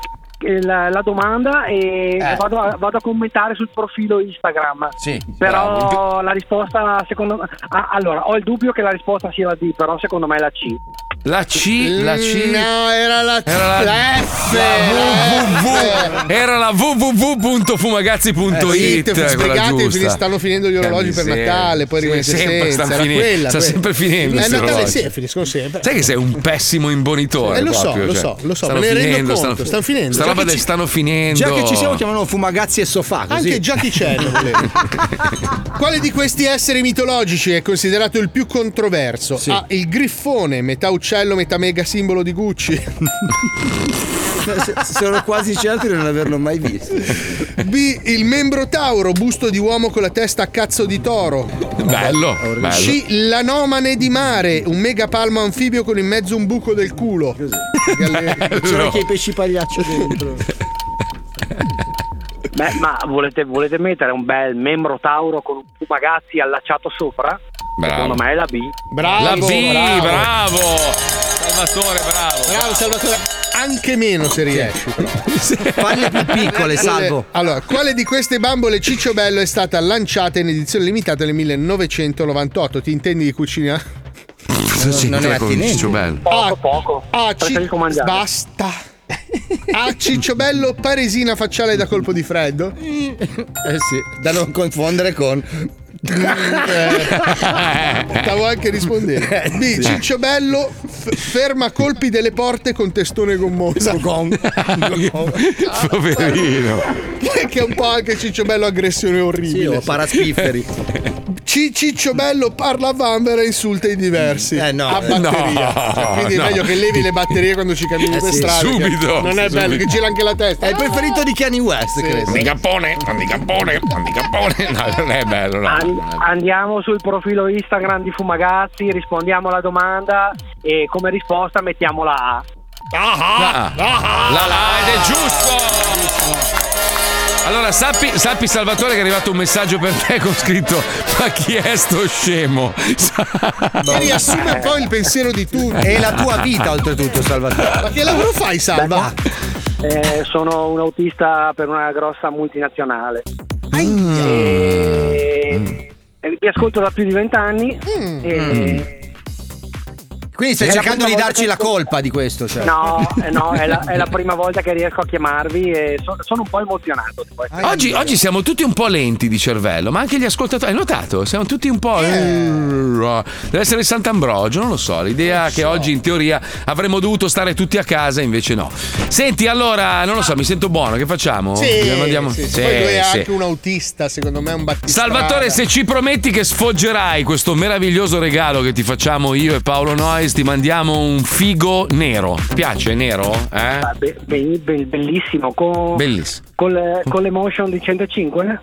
eh, la, la domanda e Eh. vado, a, vado a commentare sul profilo Instagram. però la risposta, secondo me, ah, allora ho il dubbio che la risposta sia la D, però secondo me è la C. La C, la C. No, era la, Era la- la F. www. Era la Eh, Sì, www.fumagazzi.it. te- quella sfregate, fin- giusta. stanno finendo gli Che orologi per miseria. Natale, poi Sì, rimanete sempre senza. stanno Era finendo, quella, sta quella. sempre finendo È sti Natale, orologi. sì, finiscono sempre. Sai che sei un pessimo imbonitore. Eh, lo so, proprio, lo cioè. so, lo so, Stanno me ne rendo finendo, conto, stanno, stanno finendo. Sta Già roba che del ci- stanno finendo. Già che ci siamo chiamano Fumagazzi e Sofà. Così. Anche Giochicello volevo. Quale di questi esseri mitologici è considerato il più controverso? A. Il griffone, metà uccello, metà mega simbolo di Gucci. Sono quasi certo di non averlo mai visto. B. Il membro tauro, busto di uomo con la testa a cazzo di toro. Bello, bello. C. L'anomane di mare, un megapalmo anfibio con in mezzo un buco del culo. C'era anche i pesci pagliaccio dentro. Beh, ma volete, volete mettere un bel membro tauro con un fumagazzi allacciato sopra? Secondo me è la B. Bravo, La B, bravo. Salvatore, bravo. Bravo, Salvatore. Anche meno se riesci. Falle più piccole, Salvo. Allora, quale di queste bambole Cicciobello è stata lanciata in edizione limitata nel 1998? Ti intendi di cucina? non è attinente. Bello. Poco, poco. Ah, ci... Basta. A Cicciobello paresina facciale da colpo di freddo? Eh sì, da non confondere con... Stavo anche rispondendo. B. Sì. Cicciobello f- ferma colpi delle porte con testone gommoso. Poverino. che è un po' anche Cicciobello aggressione orribile. Sì, o paraspifferi. Ci- Cicciobello parla a Vanvera e insulta i diversi. Eh no, a batteria. No, Cioè, quindi no. è meglio che levi le batterie quando ci cammini Eh per sì. strada. che Subito, Non è subito. bello, che gira anche la testa. È il preferito di Kanye West, credo. Di cappone, di cappone, di cappone. No, non è bello, no. An- andiamo sul profilo Instagram di Fumagazzi, rispondiamo alla domanda e come risposta mettiamo la A. Ah, La la ed è giusto. Allora sappi, sappi Salvatore che è arrivato un messaggio per te con scritto Ma chi è sto scemo? Che riassume un po' il pensiero di tutti. E la tua vita, oltretutto, Salvatore. Ma che lavoro fai, Salva? Eh, sono un autista per una grossa multinazionale. E- e Vi Eh, ascolto da più di vent'anni. Mm. e- Mm. Quindi stai È la cercando prima di volta darci che- la colpa di questo, cioè. Certo. No, eh, no, è la, è la prima volta che riesco a chiamarvi e so- sono un po' emozionato. devo essere Oggi, oggi siamo tutti un po' lenti di cervello, ma anche gli ascoltatori. Hai notato? Siamo tutti un po'. eh, Deve essere il Sant'Ambrogio, non lo so. L'idea che oggi in teoria avremmo dovuto stare tutti a casa, invece no. Senti, allora, non lo so, mi sento buono. Che facciamo? Sì, Oh, Mandiamo- sì, sì. Sì, Poi lui è sì. anche un autista, secondo me è un battistrada. Salvatore, se ci prometti che sfoggerai questo meraviglioso regalo che ti facciamo io e Paolo Noyes, ti mandiamo un figo nero. Piace nero? Eh? be- be- be- bellissimo. Con, Bellissimo. Con, le- con l'emotion di 105?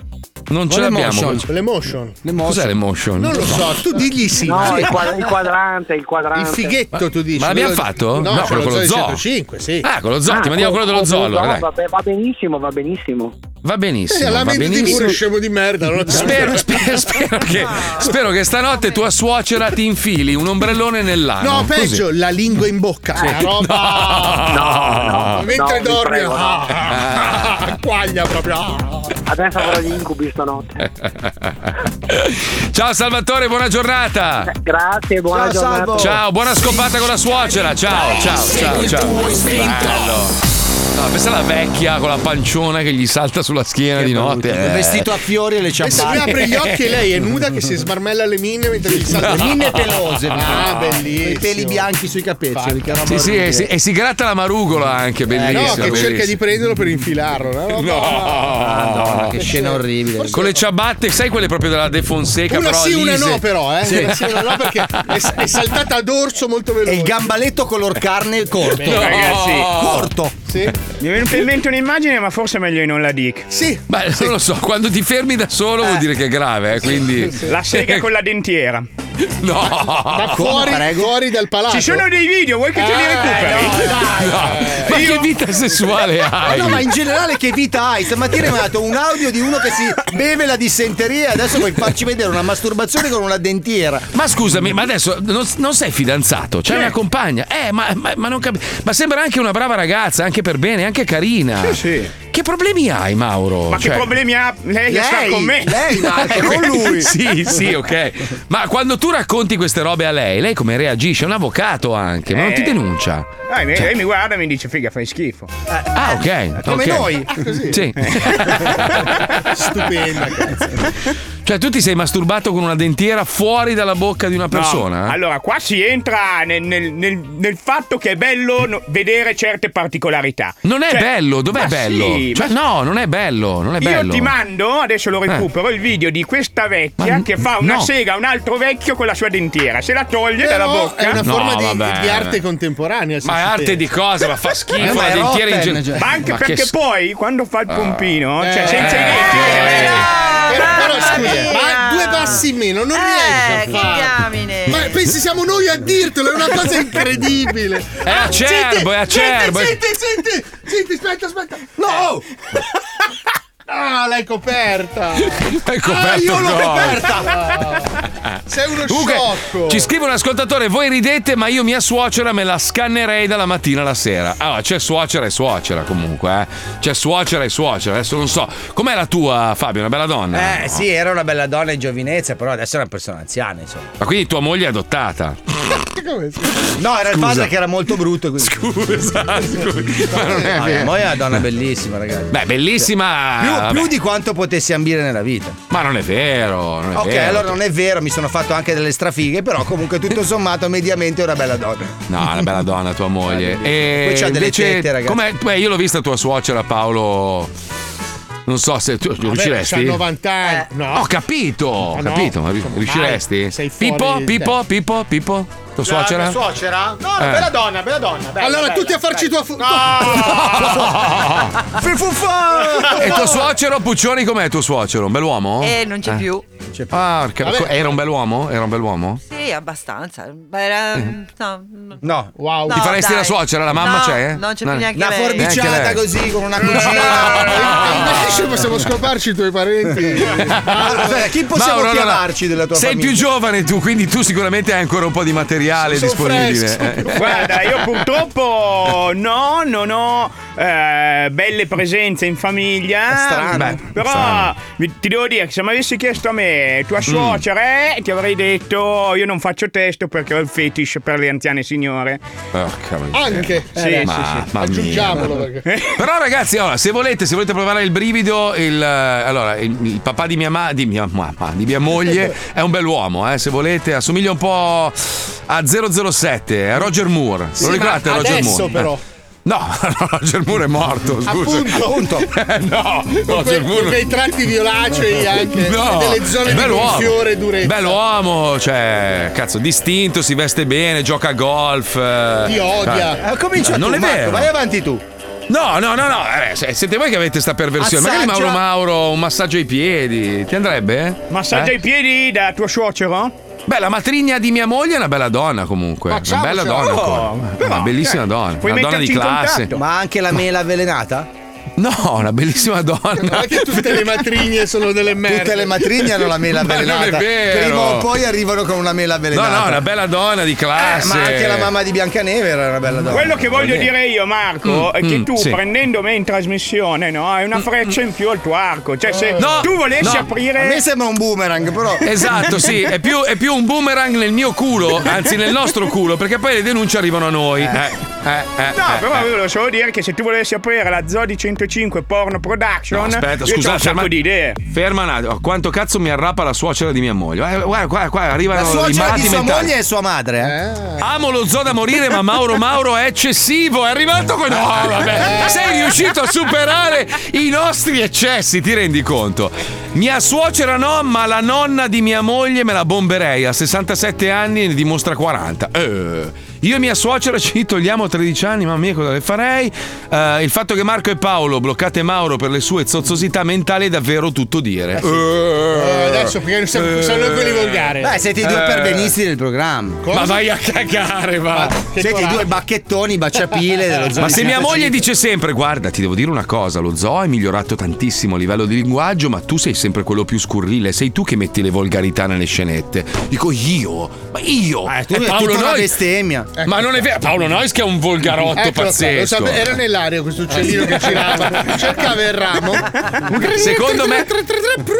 Non ce l'abbiamo. L'emotion. Cos'è l'emotion? Non lo so, tu digli sì. No, il, quad- il quadrante, il quadrante. Il fighetto tu dici. Ma l'abbiamo quello- fatto? No, No, c'è quello con lo del zoo. 105, sì. Ah, con lo zoo, ti mandiamo con- quello dello con zoo, allora, Zola, dai. vabbè, va benissimo, va benissimo. Va benissimo. Eh, va lamentati benissimo. pure, Scemo di merda. non- Spero, spero, spero che, spero che stanotte tua suocera ti infili un ombrellone nell'ano. No, Ah, Così. peggio, la lingua in bocca. Sì. La roba. No. Mentre No, dormi. vi prego, no. ah, ah, ah, Quaglia proprio. ah. Adesso avrò gli incubi stanotte. Ciao Salvatore, buona giornata. Grazie, buona Ciao, giornata. Salvo. Ciao, buona scopata con la suocera. Ciao, ciao, ciao, ciao. Bello. No, pensa alla vecchia con la panciona che gli salta sulla schiena di notte. Eh. È vestito a fiori e le Pensa, lui ciabatte. apre gli occhi e lei è nuda che si smarmella le mine mentre gli salta. Le minne pelose. Ah, bellissimo. I peli bianchi sui capezzoli. che era Ah, Sì, sì, e si, morbido. e si gratta la marugola anche, bellissimo. Eh, no, che cerca di Ah, prenderlo per infilarlo. No, Madonna, che scena orribile. Con le ciabatte, sai quelle proprio della De Fonseca? Una però sì, una lise? no, però, eh. Sì. Una sì, una no, perché è, è saltata a dorso molto veloce. E il gambaletto color carne corto. No. Oh. Ragazzi. Eh, corto. Mi è venuta in mente un'immagine, ma forse è meglio che non la dica. Sì. Beh, non lo so, quando ti fermi da solo vuol dire che è grave, eh, quindi... La sega con la dentiera. No! Ma fuori, fuori dal palazzo. Eh. Ci sono dei video, vuoi che te Eh. li recuperi? Ma che vita sessuale Ma hai? no, ma in generale che vita hai? Stamattina mi ha dato un audio di uno che si beve la dissenteria e adesso vuoi farci vedere una masturbazione con una dentiera. Ma scusami, ma adesso non, non sei fidanzato, c'hai una compagna. Eh, ma, ma- ma non capisco. Ma sembra anche una brava ragazza, anche per bene, anche carina. Sì, sì. Che problemi hai, Mauro? Ma che Cioè- problemi ha lei, che sta Lei, con me? lei, Marco, sì, sì, ok. Ma quando tu racconti queste robe a lei, lei come reagisce? È un avvocato anche, ma non ti Eh. denuncia. Ah, mi- lei mi guarda e mi dice, figa, fai schifo. Ah, Cioè. Eh, ok. Eh, Come ok. noi. Sì. Eh. Stupenda, cazzo. Cioè, tu ti sei masturbato con una dentiera fuori dalla bocca di una persona? eh? No, Allora, qua si entra nel, nel- nel- nel fatto che è bello no- vedere certe particolarità. Non è Cioè- bello, dov'è Ma bello? sì, Cioè, ma- no, non è bello, non è Io bello. ti mando, adesso lo Eh. recupero, il video di questa vecchia Ma n- che fa una no. sega a un altro vecchio con la sua dentiera. Se la toglie Però dalla bocca. È una forma di- vabbè. di, arte contemporanea. se Ma è ci arte pensi. di cosa? Ma fa schifo, Eh, la è dentiera in rotten, gen- cioè. Ma anche Ma che perché s- Eh. poi quando fa il pompino, cioè senza i denti. eh, Però, però, scusa, ma mia! due passi in meno Eh, non riesci a farlo. Ma pensi siamo noi a dirtelo, è una cosa incredibile. È Ah, acerbo, è acerbo. Senti, senti, senti, senti, aspetta, aspetta. No! Ah, l'hai coperta. Eh. L'hai Ah, coperto io l'ho il gol. Eh. coperta. Sei uno Comunque, sciocco. ci scrive un ascoltatore, voi ridete, ma io mia suocera me la scannerei dalla mattina alla sera. Allora, c'è suocera e suocera comunque, eh. C'è suocera e suocera, adesso non so. Com'è la tua, Fabio? Una bella donna? Eh sì, era una bella donna in giovinezza, però adesso è una persona anziana, insomma. Ma quindi tua moglie è adottata? No, era il padre che era molto brutto. Scusa, scusa. Ma non è Ma vero. poi Eh, è una donna bellissima, ragazzi. Beh, bellissima. Più- vabbè. più di quanto potessi ambire nella vita. Ma non è vero, non è Ok, vero. allora non è vero, mi sono fatto anche delle strafighe, però comunque tutto sommato mediamente è una bella donna. No, è una bella donna tua moglie. E Poi c'ha delle invece, tette, ragazzi. com'è? Beh, io l'ho vista tua suocera Paolo. Non so se tu Oh, C'ha riusciresti. 90 anni. Eh. No. Ho capito, ho Ma Ah, no, capito, ma ri- insomma, riusciresti? dai, sei fuori Pippo, di Pippo, Pippo, Pippo, tua suocera? La tua suocera? No, Eh. bella donna, bella donna. bella, Allora, bella, tutti a farci bella. tua fu- No! Fifufà! E tuo suocero Puccioni com'è tuo suocero? Un bell'uomo? Eh, non c'è più. Ah, ca- Vabbè. era un bell'uomo? Era un bell'uomo? Sì, abbastanza. Ma era- no, No. Wow. Mhm. Ti faresti dai. la suocera? La mamma No, c'è? eh? non c'è No. più neanche Una lei. Neanche lei. con una Invece possiamo scoparci i tuoi parenti. Ah, Vabbè, chi possiamo Ah, Mauro, allora, chiamarci della tua sei famiglia? più giovane tu, quindi tu sicuramente hai ancora un po' di materiale Sono disponibile. Eh, fresco. Guarda, io purtroppo no, non ho eh, belle presenze in famiglia. È strano. Beh, però strano. vi- ti devo dire che se mi avessi chiesto a me, tua suocera, eh, ti avrei detto io non faccio testo perché ho il fetish per le anziane signore. Porca miseria. Eh, Anche. Sì, sì, sì. Ma- mamma mia. Aggiungiamolo perché. Però ragazzi, allora, se volete, se volete provare il brivido, il, eh, allora, il, il papà di mia, ma- di mia mamma, di mia moglie è un bell'uomo, eh, se volete, assomiglia un po' a 007, a eh, Roger Moore. Sì, Lo ma ricordate Roger adesso Moore? Eh. Ah, però. No, Roger Moore è morto, scusa. Appunto. Eh, no, Con Roger quei, Moore. con quei tratti violacei anche. No, delle zone è di bell'uomo. gonfiore e durezza. Bell'uomo, cioè, cazzo, distinto, si veste bene, gioca a golf. eh. Ti odia. Eh, Eh, comincia non tu, è Marco, vero. vai avanti tu. No, no, no, no. eh, se- siete voi che avete sta perversione. Magari Assaggia. Mauro Mauro, un massaggio ai piedi. Ti andrebbe? Massaggio Eh? ai piedi da tuo suocero? Beh, la matrigna di mia moglie è una bella donna comunque. Facciamo, una bella facciamo. donna. Oh, ancora. però, una bellissima cioè, donna. puoi Una donna di metterci in classe. contatto. Ma anche la mela avvelenata? No, una bellissima Non donna. è che tutte le matrigne sono delle merde. Tutte le matrigne hanno la mela Ma non è avvelenata. vero. Prima o poi arrivano con una mela No, avvelenata. no, una bella donna di Eh, classe. ma anche la mamma di Biancaneve era una bella donna. Quello che voglio dire io, Marco, Mm, è che mm, tu sì. prendendo me in trasmissione, no, hai una freccia in più al tuo arco. Cioè, se Mm, No, tu volessi no. aprire. A me sembra un boomerang, però. Esatto, sì, è più, è più un boomerang nel mio culo, anzi nel nostro culo, perché poi le denunce arrivano a noi. Eh, eh, eh, No, eh, però eh. volevo solo dire che se tu volessi aprire la Zodi 105 Porno Production, No, io aspetta, c'ho scusa, un sacco ferma, di idee. ferma un attimo. Quanto cazzo mi arrapa la suocera di mia moglie? Guarda, guarda, qua, qua La arrivano i suocera malati di sua mentali. moglie è sua madre. eh. Amo lo zoo da morire, ma Mauro Mauro è eccessivo. È arrivato con. No, vabbè. Sei riuscito a superare i nostri eccessi, ti rendi conto? Mia suocera no, ma la nonna di mia moglie me la bomberei. A 67 anni e ne dimostra 40. Eh, Io e mia suocera ci togliamo 13 anni, mamma mia, cosa le farei? Eh, il fatto che Marco e Paolo bloccate Mauro per le sue zozzosità mentali è davvero tutto dire. Eh, Eh, adesso perché siamo, eh. sono noi quelli volgari. Beh, siete i due Eh. pervenisti del programma. Ma vai a cagare, va. Siete i due bacchettoni, baciapile dello zoo. Ma di se mia 105. moglie dice sempre: Guarda, ti devo dire una cosa, lo zoo è migliorato tantissimo a livello di linguaggio, ma tu sei sempre quello più scurrile, sei tu che metti le volgarità nelle scenette. Dico io, ma io! tu- È Paolo è Eh, tutta una Nois- bestemmia. Ma non è vero, Paolo Nois che è un un volgarotto Ecco, Eccolo qua, Ecco, lo pazzesco. sape- era nell'aria questo uccellino che girava, cercava il ramo. Secondo me-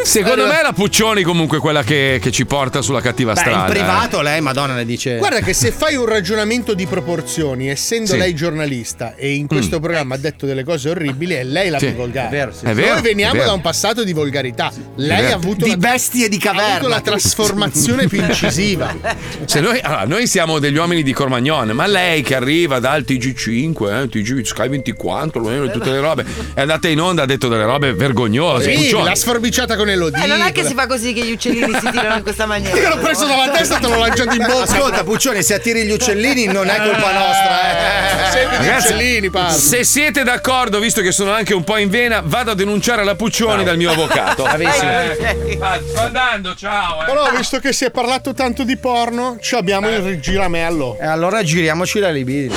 Secondo Allora- me è la Puccioni comunque quella che, che ci porta sulla cattiva Beh, strada. in privato eh. lei, Madonna, le dice. Guarda che se fai un ragionamento di proporzioni, essendo Sì. Mm. lei giornalista e in questo programma ha detto delle cose orribili, è lei la Sì. più volgare. È vero, sì. È vero, Noi è veniamo vero. da un passato di volgarità. Lei vero. ha avuto di bestie di caverna. Ha avuto la trasformazione più incisiva. Se Cioè, noi, allora, noi siamo degli uomini di Cormagnon, ma lei che arriva dal TG5, eh, TG Sky 24, lo- tutte le robe, è andata in onda, ha detto delle robe vergognose. Sì, Puccioni. l'ha sforbiciata Eh, con Elodie. Beh, Eh, non è che si fa così che gli uccellini si tirano in questa maniera. Io l'ho preso dalla testa e te l'ho lanciato in bocca. Ascolta, Puccione, se attiri gli uccellini non è colpa nostra, eh. Ragazzi, parlo. se siete d'accordo, visto che sono anche un po' in vena, vado a denunciare la Puccioni dal mio avvocato. Eh, Bravissimo. Sto andando, ciao. Però visto che si è parlato tanto di porno, ci abbiamo il giramello. E allora giriamoci la libido.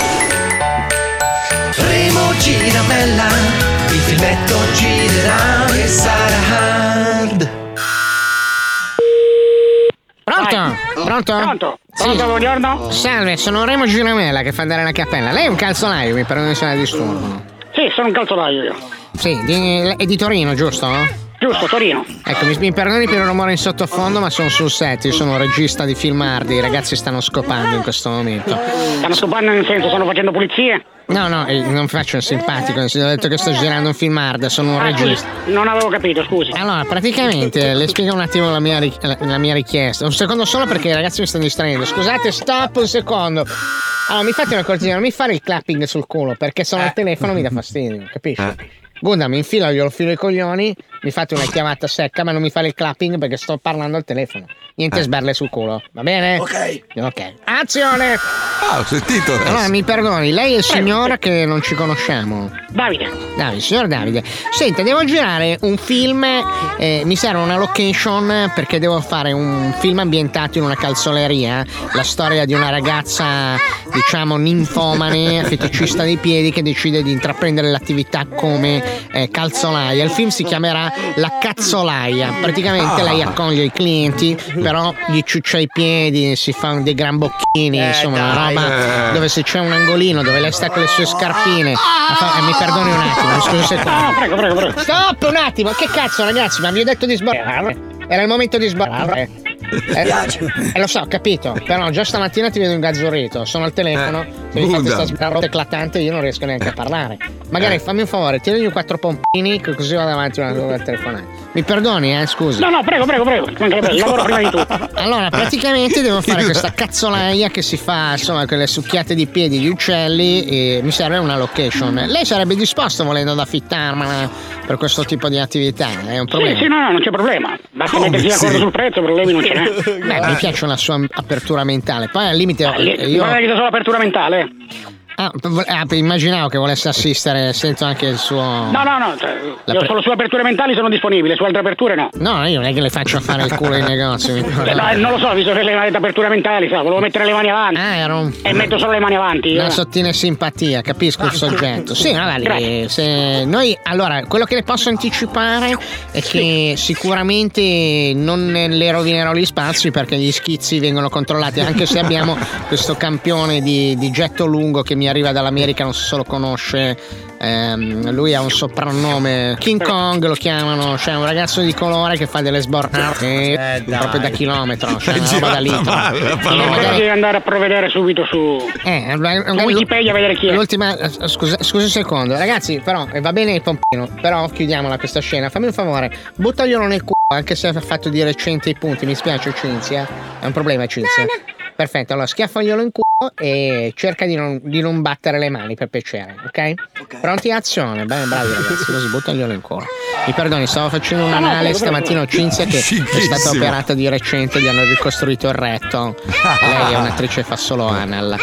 Primo giramella, il filmetto girerà e sarà hard. Pronto? Pronto? Pronto? buongiorno. Salve, sono Remo Giramella che fa andare la cappella. Lei è un calzolaio, mi pare che sia disturbo. Sì, sono un calzolaio io. Sì, di, è di Torino, giusto? Giusto, Torino. Ecco, mi, mi perdoni per il rumore in sottofondo, ma sono sul set, io sono un regista di film hard, i ragazzi stanno scopando in questo momento. Stanno scopando nel senso stanno facendo pulizie? No, no, eh, non faccio il simpatico, ho detto che sto girando un film hard, sono un Ah, scusi, regista. non avevo capito, scusi. Allora, praticamente eh, le spiego un attimo la mia, ri- la- la mia richiesta. Un secondo solo perché i ragazzi mi stanno distraendo. Scusate, stop un secondo. Allora, mi fate una cortina, non mi fare il clapping sul culo perché sono al telefono mi dà fastidio, capisci? Gunda, mi infila, glielo filo i coglioni, mi fate una chiamata secca, ma non mi fare il clapping perché sto parlando al telefono. Niente sberle sul culo, va bene? Ok. Ok. Azione! Ah, ho sentito. Allora, mi perdoni, lei è il signor che non ci conosciamo. Davide, Davide, signor Davide, senta, devo girare un film, eh, mi serve una location perché devo fare un film ambientato in una calzoleria, eh. la storia di una ragazza, diciamo, ninfomane, feticista dei piedi che decide di intraprendere l'attività come eh, calzolaia. Il film si chiamerà La cazzolaia, praticamente Ah. lei accoglie i clienti, però gli ciuccia i piedi, si fa dei gran bocchini, insomma, una Eh, dai. roba Eh. dove se c'è un angolino dove lei sta con le sue scarpine. Ma fa- eh, mi perdoni un attimo, mi scusi un secondo. prego, prego, prego. Stop un attimo, che cazzo ragazzi, ma vi ho detto di sbarrare. Era il momento di sbarrare. Eh, eh, lo so, ho capito, però già stamattina ti vedo ingazzurrito, sono al telefono, Eh, se mi fate Buddha. sta sbarrota eclatante io non riesco neanche a parlare. Eh. Magari fammi un favore, tienigli quattro pompini che così vado avanti una una telefonata. Mi perdoni, eh, scusi. No, no, prego, prego, prego. Ci mancherebbe, lavoro prima di tutto. Allora, praticamente devo fare Chiusa. questa cazzolaia che si fa, insomma, con le succhiate di piedi di uccelli e mi serve una location. Lei sarebbe disposto volendo ad affittarmela per questo tipo di attività? È un problema? Sì, sì, no, no, non c'è problema. Basta Come mettersi d'accordo sì? sul prezzo, problemi non ce n'è. Beh, mi piace la sua apertura mentale. Poi al limite Lì- io Guarda che c'è solo apertura mentale. ah, vo- ah, immaginavo che volesse assistere, sento anche il suo No, no, no. cioè, io La pre- solo su aperture mentali sono disponibile, su altre aperture no. No, io non è che le faccio fare il culo ai negozi, mi Eh, no, eh, non lo so, visto che lei mi ha detto apertura mentale, sa, volevo mettere le mani avanti. Ah, E metto solo le mani avanti. Una eh. sottile simpatia, capisco il soggetto. Sì, no, dai, Grazie. se noi allora quello che le posso anticipare è che sicuramente non le rovinerò gli spazi perché gli schizzi vengono controllati, anche se abbiamo questo campione di, di getto lungo che mi arriva dall'America, non so se lo conosce. ehm, lui ha un soprannome King Kong lo chiamano, cioè un ragazzo di colore che fa delle sbornate proprio da chilometro, cioè una roba da litro. Io magari devi andare a provvedere subito su. Eh, Su Wikipedia a vedere chi è. L'ultima, eh, scusa, scusa un secondo, ragazzi, però eh, va bene il pompino, però chiudiamola questa scena. Fammi un favore, buttaglielo nel culo, anche se ha fatto di recente i punti. Mi spiace, Cinzia, è un problema, Cinzia. Perfetto, allora schiaffaglielo in culo e cerca di non, di non battere le mani per piacere, ok? Pronti azione? Bene, bravi ragazzi, così buttaglielo in culo. Eh, Mi perdoni, stavo facendo No, no, un'anale prego, prego, stamattina, ho prego. Cinzia che è stata Fighissimo. operata di recente, gli hanno ricostruito il retto. Lei è un'attrice fa solo anal.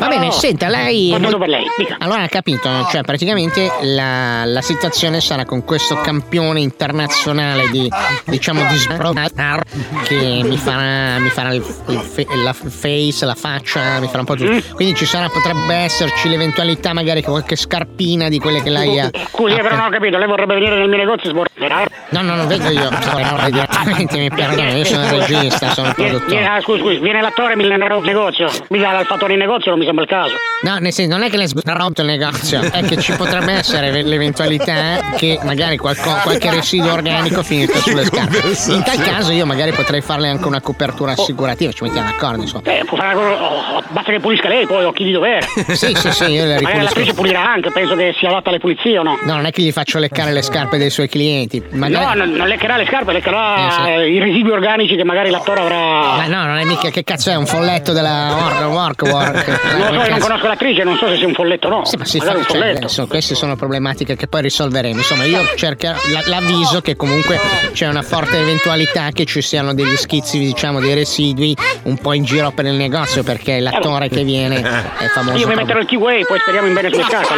Va bene, Oh. senta, lei. Quanto per lei, dica. Allora ha capito, cioè praticamente la, la situazione sarà con questo campione internazionale di diciamo di sbrogar che mi farà, mi farà il, il fe- la face, la faccia, mi farà un po' tutto. Quindi ci sarà, potrebbe esserci l'eventualità magari che qualche scarpina di quelle che lei ha. Scusi, eh, però non ho capito, lei vorrebbe venire nel mio negozio e sborrare No, no, non vedo io. Sorry, direttamente mi perdono, io sono il regista, sono il Viene, produttore. viene- ah, scusi, scusi, viene l'attore e mi allena il negozio. Mi dà il fattore in negozio, non mi sembra il caso. No, nel senso, non è che le sbrotto il negozio, è che ci potrebbe essere ve- l'eventualità che magari qualco- qualche residuo organico finisca sulle scarpe. In tal caso io magari potrei farle anche una copertura Oh. assicurativa, ci mettiamo d'accordo, insomma. Eh, può fare una cosa- oh, oh, basta che pulisca lei poi, o chi di dovere. Sì, sì, sì, io le Magari ripulisco. l'attrice pulirà anche, penso che sia lotta alle pulizie o no? No, non è che gli faccio leccare le scarpe dei suoi clienti, magari... No, non, non leccherà le scarpe, leccherà Eh, sì. eh, i residui organici che magari l'attore avrà. Ma no, non è mica che cazzo è un folletto della Work Work Work. Non lo so, io non Cazzo. conosco l'attrice, non so se sia un folletto o no. Sì, ma si Magari fa, un cioè, folletto. adesso queste sono problematiche che poi risolveremo. Insomma, io cercherò la- l'avviso che comunque c'è una forte eventualità che ci siano degli schizzi, diciamo, dei residui un po' in giro per il negozio perché l'attore che viene è famoso. Eh. Io mi proprio- metterò il T-Way, poi speriamo in bene sulle scarpe.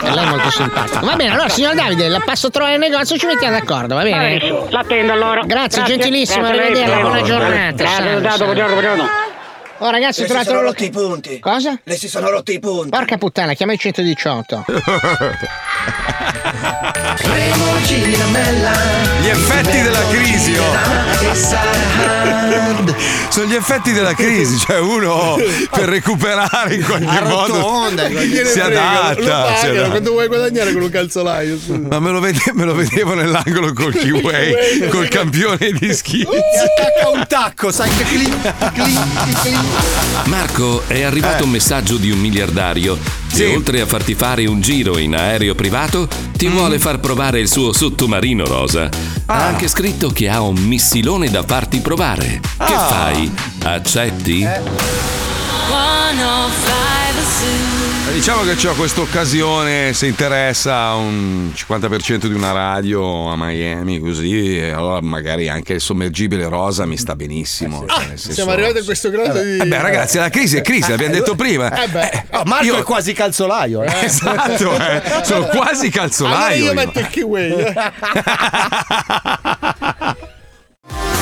Per lei è molto simpatico. Va bene, allora, signor Davide, la passo a trovare il negozio, ci mettiamo d'accordo, va bene? Adesso, L'attendo allora. Grazie, gentilissimo, Grazie a lei. arrivederla, buona Prego. giornata. Grazie, salve, Dato, salve. buongiorno, buongiorno. Oh ragazzi, ho Le si trovato sono la rotti i punti. Cosa? Le si sono rotti i punti. Porca puttana, chiama il 118. Gli effetti della crisi, oh. Sono gli effetti della crisi, cioè uno per recuperare in qualche modo Arrotonda, gliene si frega, Lo adatta. si pagano, adatta. quanto vuoi guadagnare con un calzolaio? scusa? Ma me lo, vede- me lo vedevo nell'angolo col Kiway, col campione di schizzi. attacca un tacco, sai che clic, clic, clic. Marco, è arrivato un messaggio di un miliardario che oltre a farti fare un giro in aereo privato, ti vuole far provare il suo sottomarino rosa. Ha anche scritto che ha un missilone da farti provare. Che fai? Accetti? Diciamo che ho questa occasione, se interessa, un 50% di una radio a Miami, così, e allora magari anche il sommergibile rosa mi sta benissimo. cioè, nel senso- Ah, Siamo arrivati a questo grado di. Eh beh, ragazzi, la crisi è crisi, l'abbiamo detto prima. Eh beh. Oh, Marco è quasi calzolaio. eh. Esatto, eh. sono quasi Allora calzolaio. io io. metto il kiwi.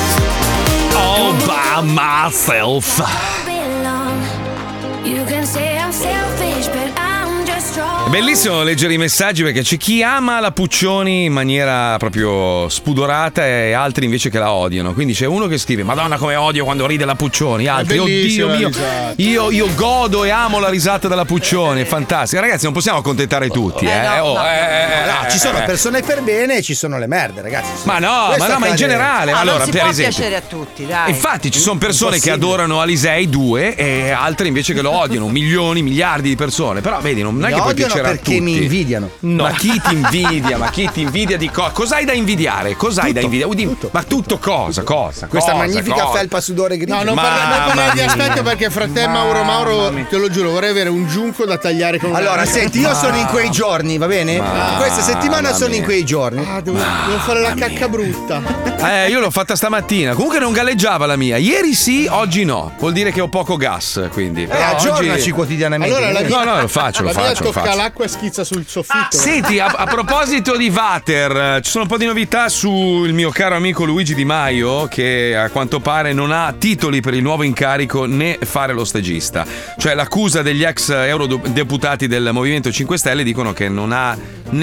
All by myself. You can say I'm selfish, but I'm just È strong. Bellissimo leggere i messaggi perché c'è chi ama la Puccioni in maniera proprio spudorata e altri invece che la odiano. Quindi c'è uno che scrive: Madonna, come odio quando ride la Puccioni. Altri, oddio bellissima la mio, risata." io, io godo e amo la risata della Puccioni. È fantastica. Ragazzi, non possiamo accontentare tutti, eh. no, Oh, no, eh, no, no, ci sono eh. persone per bene e ci sono le merde, ragazzi. Ma no, Questo ma no, ma in accade- generale, Ah, allora, non si per può esempio. piacere a tutti, dai. Infatti, ci sono persone che Impossibile. adorano Alisei 2 e altre invece che lo odiano, milioni, miliardi di persone. Però vedi, non Mi è che puoi odiano piacere a perché tutti. mi invidiano. No. Ma chi ti invidia? Ma chi ti invidia di cosa? Cos'hai da invidiare? Cos'hai da invidiare? Udì, Ma tutto cosa? Cosa? Questa cosa, magnifica cosa? felpa sudore grigia. No, non Ma- parla- non parlare di mamma mia. aspetto perché fra te e Mauro Mauro, te lo giuro, vorrei avere un giunco da tagliare con un Allora, arco. senti, io sono in quei giorni, va bene? Ma- Questa settimana mamma sono in mia. quei giorni. Ah, devo, devo fare la cacca brutta. Eh, io l'ho fatta stamattina. Comunque non galleggiava la mia. Ieri sì, oggi no. Vuol dire che ho poco gas, quindi. Eh, aggiornaci quotidianamente. Allora, la No, mia- no, lo faccio, lo la mia faccio, lo tocca faccio. l'acqua e schizza sul soffitto. Senti, a, a proposito di Vater, eh, ci sono un po' di novità sul mio caro amico Luigi Di Maio, che a quanto pare non ha titoli per il nuovo incarico né fare lo stagista. Cioè, l'accusa degli ex eurodeputati del Movimento 5 Stelle dicono che non ha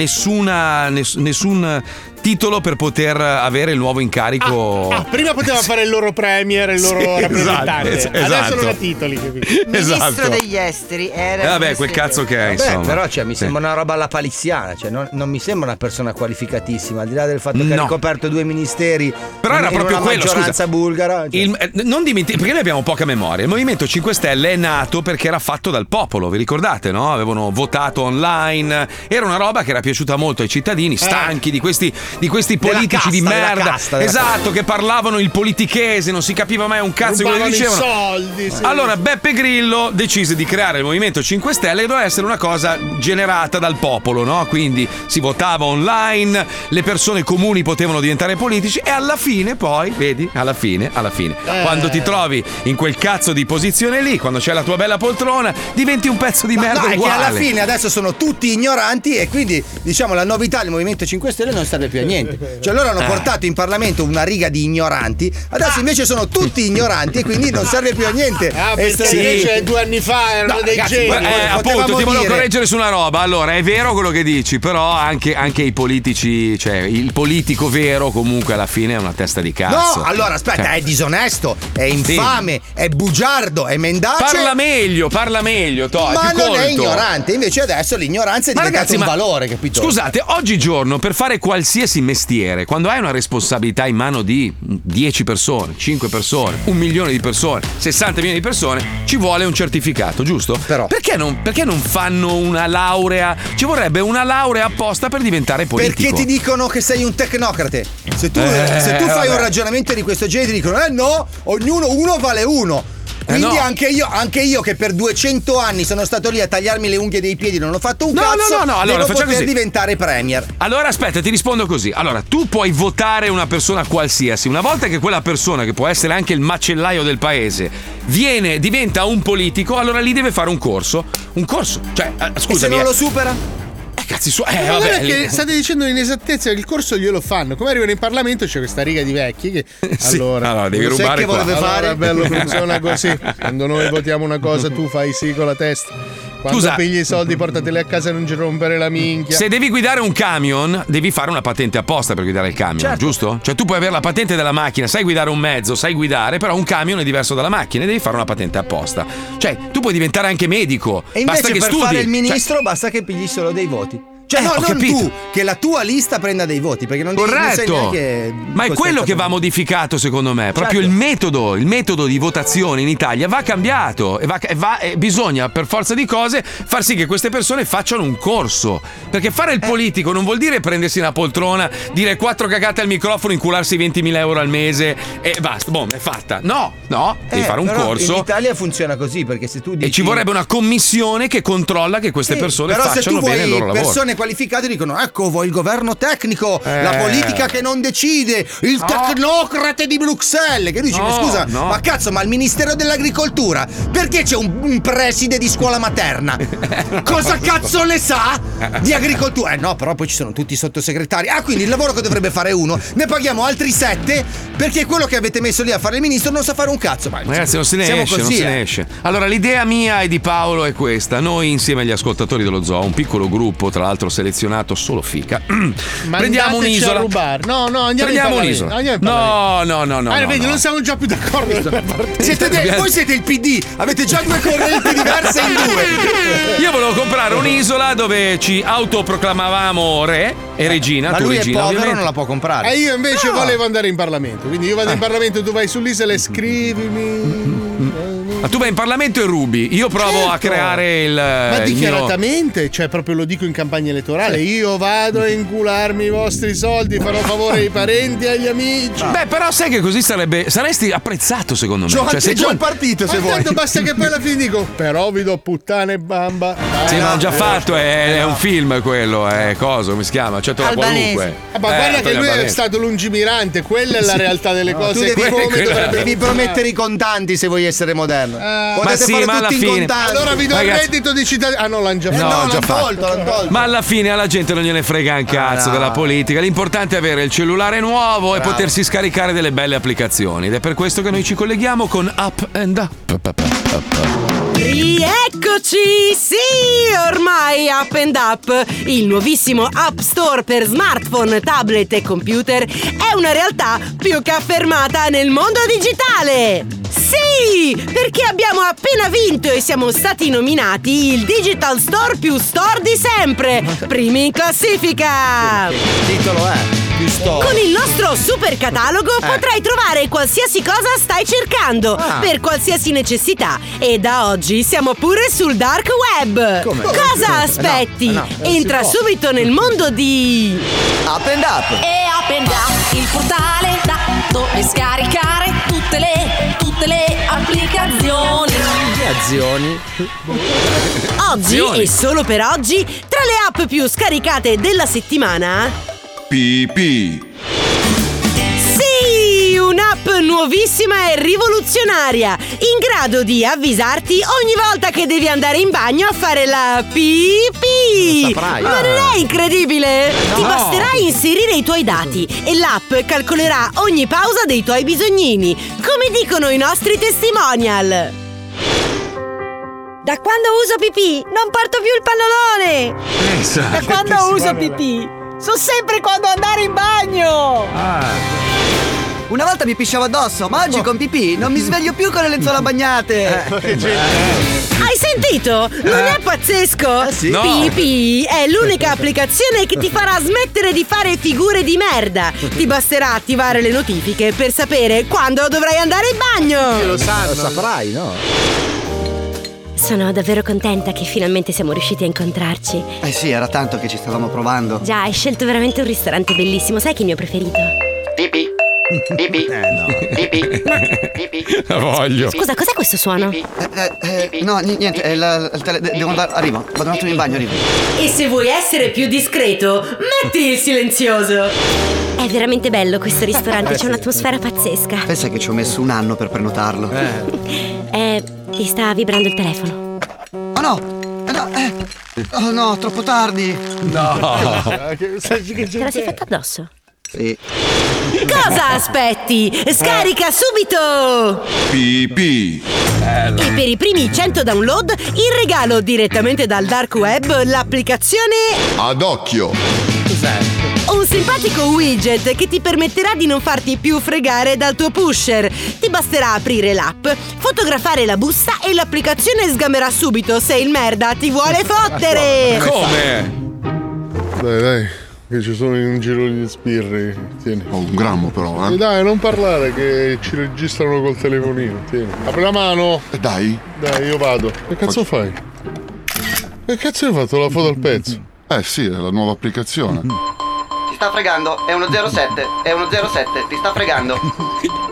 nessuna, ness- nessun titolo per poter avere il nuovo incarico. Ah, prima poteva fare il loro premier, il loro Sì, rappresentante. esatto, es- Adesso non esatto. ha titoli. capito? Esatto. Ministro degli esteri era. Eh, vabbè, quel cazzo che è, Vabbè, insomma. però cioè, mi Sì. sembra una roba alla paliziana, cioè, non, non mi sembra una persona qualificatissima, al di là del fatto che ha No. ricoperto due ministeri. Però era in proprio una quello, maggioranza scusa. bulgara. cioè. Il- eh, non dimentichiamo, perché noi abbiamo poca memoria. Il Movimento 5 Stelle è nato perché era fatto dal popolo, vi ricordate, no? Avevano votato online, era una roba che era piaciuta molto ai cittadini, stanchi di questi, di questi Eh. Della politici di casta, della merda. casta, della esatto, casta. che parlavano il politichese, non si capiva mai un cazzo di quello che Rubavano i dicevano. soldi, sì. Allora Beppe Grillo decise di creare il Movimento 5 Stelle che doveva essere una cosa generata dal popolo, no? Quindi si votava online, le persone comuni potevano diventare politici e alla fine poi, vedi, alla fine, alla fine, Eh. quando ti trovi in quel cazzo di posizione lì, quando c'è la tua bella poltrona, diventi un pezzo di merda No, è che uguale. alla fine adesso sono tutti ignoranti e quindi diciamo la novità del Movimento 5 Stelle non serve più più a niente. Cioè Eh. loro hanno portato in Parlamento una riga di ignoranti, adesso invece sono tutti ignoranti e quindi non serve più a niente. Ah, perché essere- invece due anni fa erano No, dei ragazzi, geni. guarda, Eh, Potevamo appunto, ti volevo dire- correggere su una roba. Allora, è vero quello che dici, però anche, anche i politici, cioè il politico vero comunque alla fine è una testa di cazzo. No, allora aspetta, Cioè, è disonesto, è infame, è bugiardo, è mendace. Parla meglio, parla meglio, to, è ma più non è colto. ignorante, invece adesso l'ignoranza è Ma diventata ragazzi, un ma- valore, capito? Scusate, oggigiorno per fare qualsiasi mestiere, quando hai una responsabilità in mano di 10 persone, 5 persone, un milione di persone, 60 milioni di persone, ci vuole un certificato, giusto? Perché, non, perché non fanno una laurea? Ci vorrebbe una laurea apposta per diventare politico. Perché ti dicono che sei un tecnocrate? Se tu, Eh, se tu fai vabbè. un ragionamento di questo genere, ti dicono: eh no, ognuno uno vale uno. Quindi Eh, no. anche, io, anche io che per 200 anni sono stato lì a tagliarmi le unghie dei piedi, non ho fatto un No, cazzo, no, no, no, allora, devo facciamo poter così. diventare premier. Allora aspetta, ti rispondo così. Allora, tu puoi votare una persona qualsiasi. Una volta che quella persona, che può essere anche il macellaio del paese, viene, diventa un politico, allora lì deve fare un corso. Un corso. Cioè, eh, E se scusami. non eh. lo supera? Eh, cazzi su- eh, Ma guarda vabbè. che state dicendo inesattezza, il corso glielo fanno. Come arrivano in Parlamento c'è questa riga di vecchi che Sì. allora, Allora, devi lo sai rubare che qua. volete Allora, fare? bello, bello funziona funziona così. così. Quando noi votiamo una cosa tu fai sì con la testa. Quando Scusa. pigli i soldi portateli a casa e non ci rompere la minchia. Se devi guidare un camion, devi fare una patente apposta per guidare il camion, Certo. giusto? Cioè tu puoi avere la patente della macchina, sai guidare un mezzo, sai guidare, però un camion è diverso dalla macchina e devi fare una patente apposta. Cioè tu puoi diventare anche medico, E invece basta che per studi. fare il Cioè- ministro basta che pigli solo dei voti. Cioè, Eh, no, ho non capito. tu, che la tua lista prenda dei voti, perché non, devi- non sei Corretto, neanche ma è quello che va modificato secondo me, proprio Certo. il metodo, il metodo di votazione in Italia va cambiato e, va- e va- e bisogna per forza di cose far sì che queste persone facciano un corso, perché fare Eh. il politico non vuol dire prendersi una poltrona, dire quattro cagate al microfono, incularsi 20.000 euro al mese e basta, boom, è fatta. No, no, devi Eh, fare un però corso. In Italia funziona così, perché se tu dici E ci vorrebbe una commissione che controlla che queste Sì, persone però se facciano tu vuoi bene il loro lavoro. persone qualificate dicono ecco voi il governo tecnico Eh. la politica che non decide il tecnocrate di Bruxelles che dici Ah. No, ma scusa no. ma cazzo ma il ministero dell'agricoltura perché c'è un, un preside di scuola materna cosa cazzo ne sa di agricoltura eh no però poi ci sono tutti i sottosegretari ah quindi il lavoro che dovrebbe fare uno ne paghiamo altri sette perché quello che avete messo lì a fare il ministro non sa fare un cazzo ma Eh, Ragazzi, non se ne siamo esce, non così, se ne eh. esce. Allora, l'idea mia e di Paolo è questa. Noi, insieme agli ascoltatori dello zoo, un piccolo gruppo, tra l'altro selezionato solo fica. Prendiamo Mandateci un'isola. A rubare. No, no, andiamo Prendiamo in un'isola. Parlamento. Andiamo in No, Parlamento. no, no, Ah, no. Allora, no, vedi, no. non siamo già più d'accordo. sulla partita. Siete de- voi siete il PD, avete già due correnti diverse in due. Io volevo comprare un'isola dove ci autoproclamavamo re Eh, e regina. tu regina, ovviamente. E io invece volevo andare in Parlamento. Quindi io Eh. vado in Parlamento, tu vai sull'isola e scrivimi. Ma tu vai in Parlamento e rubi. Io provo a Certo. creare il. Ma Eh, il mio- dichiaratamente, cioè proprio lo dico in campagna elettorale, io vado a incularmi i vostri soldi, farò favore ai parenti e agli amici. Beh, però sai che così sarebbe. Saresti apprezzato, secondo me. Cioè, se tu- Ma Tanto basta che poi alla fine dico, però vi do puttane e bamba. Sì, ma l'ho Eh, già fatto, è, è un film quello, è coso, come si chiama? Certo, la qualunque. Ah, ma Eh, guarda Antonio che lui è Albanese. stato lungimirante, quella è la Sì. realtà delle No, cose. tu devi- come quella- dovrebbe devi funzionare. promettere i contanti se vuoi essere moderno. Ma sì, ma alla fine- Eh. Allora vi do Ragazzi- il reddito di cittadinanza. Ah, no, l'hanno già Eh, No, fatto. l'hanno già fatto. l'hanno tolto. Ma alla fine alla gente non gliene frega un cazzo Ah, no. della politica. L'importante è avere il cellulare nuovo e potersi scaricare delle belle applicazioni. Ed è per questo che noi ci colleghiamo con Up and Up. Up, up, up. Rieccoci! Sì, ormai Up and Up, il nuovissimo App Store per smartphone, tablet e computer, è una realtà più che affermata nel mondo digitale! Sì! Perché abbiamo appena vinto e siamo stati nominati il Digital Store più store di sempre! Primi in classifica! Il titolo è più storico. Con il nostro super catalogo Eh. potrai trovare qualsiasi cosa stai cercando, Ah. per qualsiasi necessità. E da oggi siamo pure sul dark web. Come? Cosa Come? aspetti? No, no, non si Entra può. subito nel mondo di. Eh, Up and up. E Up and Up, il portale da dove scaricare tutte le, tutte le applicazioni. Azioni. Oggi Azioni. e solo per oggi, tra le app più scaricate della settimana, PP. Sì, un'app un'app nuovissima e rivoluzionaria, in grado di avvisarti ogni volta che devi andare in bagno a fare la pipì. saprai. Ma non è incredibile? Ti basterà inserire i tuoi dati e l'app calcolerà ogni pausa dei tuoi bisognini, come dicono i nostri testimonial. Da quando uso pipì non porto più il pannolone! Da quando uso pipì so sempre quando andare in bagno! Una volta mi pisciavo addosso, ma oggi con pipì non mi sveglio più con le lenzuola bagnate. Eh, Hai sentito? Non è pazzesco? Eh, sì. No. Pipì è l'unica applicazione che ti farà smettere di fare figure di merda. Ti basterà attivare le notifiche per sapere quando dovrai andare in bagno. Lo saprai, no? Sono davvero contenta che finalmente siamo riusciti a incontrarci. Eh sì, era tanto che ci stavamo provando. Già, hai scelto veramente un ristorante bellissimo, sai che è il mio preferito? Pipì. Pipì. Eh no. Pipì. La voglio. Scusa, cos'è questo suono? Eh, no, ni- niente, è la- il tele- de- devo andare. Arrivo, vado un attimo in bagno, arrivo. E se vuoi essere più discreto, metti il silenzioso. È veramente bello questo Eh, ristorante, c'è un'atmosfera pazzesca. Pensa che ci ho messo un anno per prenotarlo. Eh, ti sta vibrando il telefono. Oh no! Eh no, eh. Oh no, troppo tardi! No. Te la sei fatta addosso? Sì. Cosa aspetti? Eh. Scarica subito! Pipì. Eh, E per i primi 100 download, in regalo direttamente dal dark web l'applicazione Ad occhio. Cos'è? Un simpatico widget che ti permetterà di non farti più fregare dal tuo pusher. Ti basterà aprire l'app, fotografare la busta e l'applicazione sgamerà subito se il merda ti vuole Eh, fottere. Come? Dai, dai, che ci sono in un giro gli spirri. Tieni. Oh, Ho un grammo però, E eh. dai, non parlare che ci registrano col telefonino. Tieni. Apri la mano. Eh, Dai. Dai, io vado. Che cazzo fai? Che cazzo hai fatto la foto al pezzo? Eh sì, è la nuova applicazione. Ti sta fregando, è uno 07, è uno 07, ti sta fregando.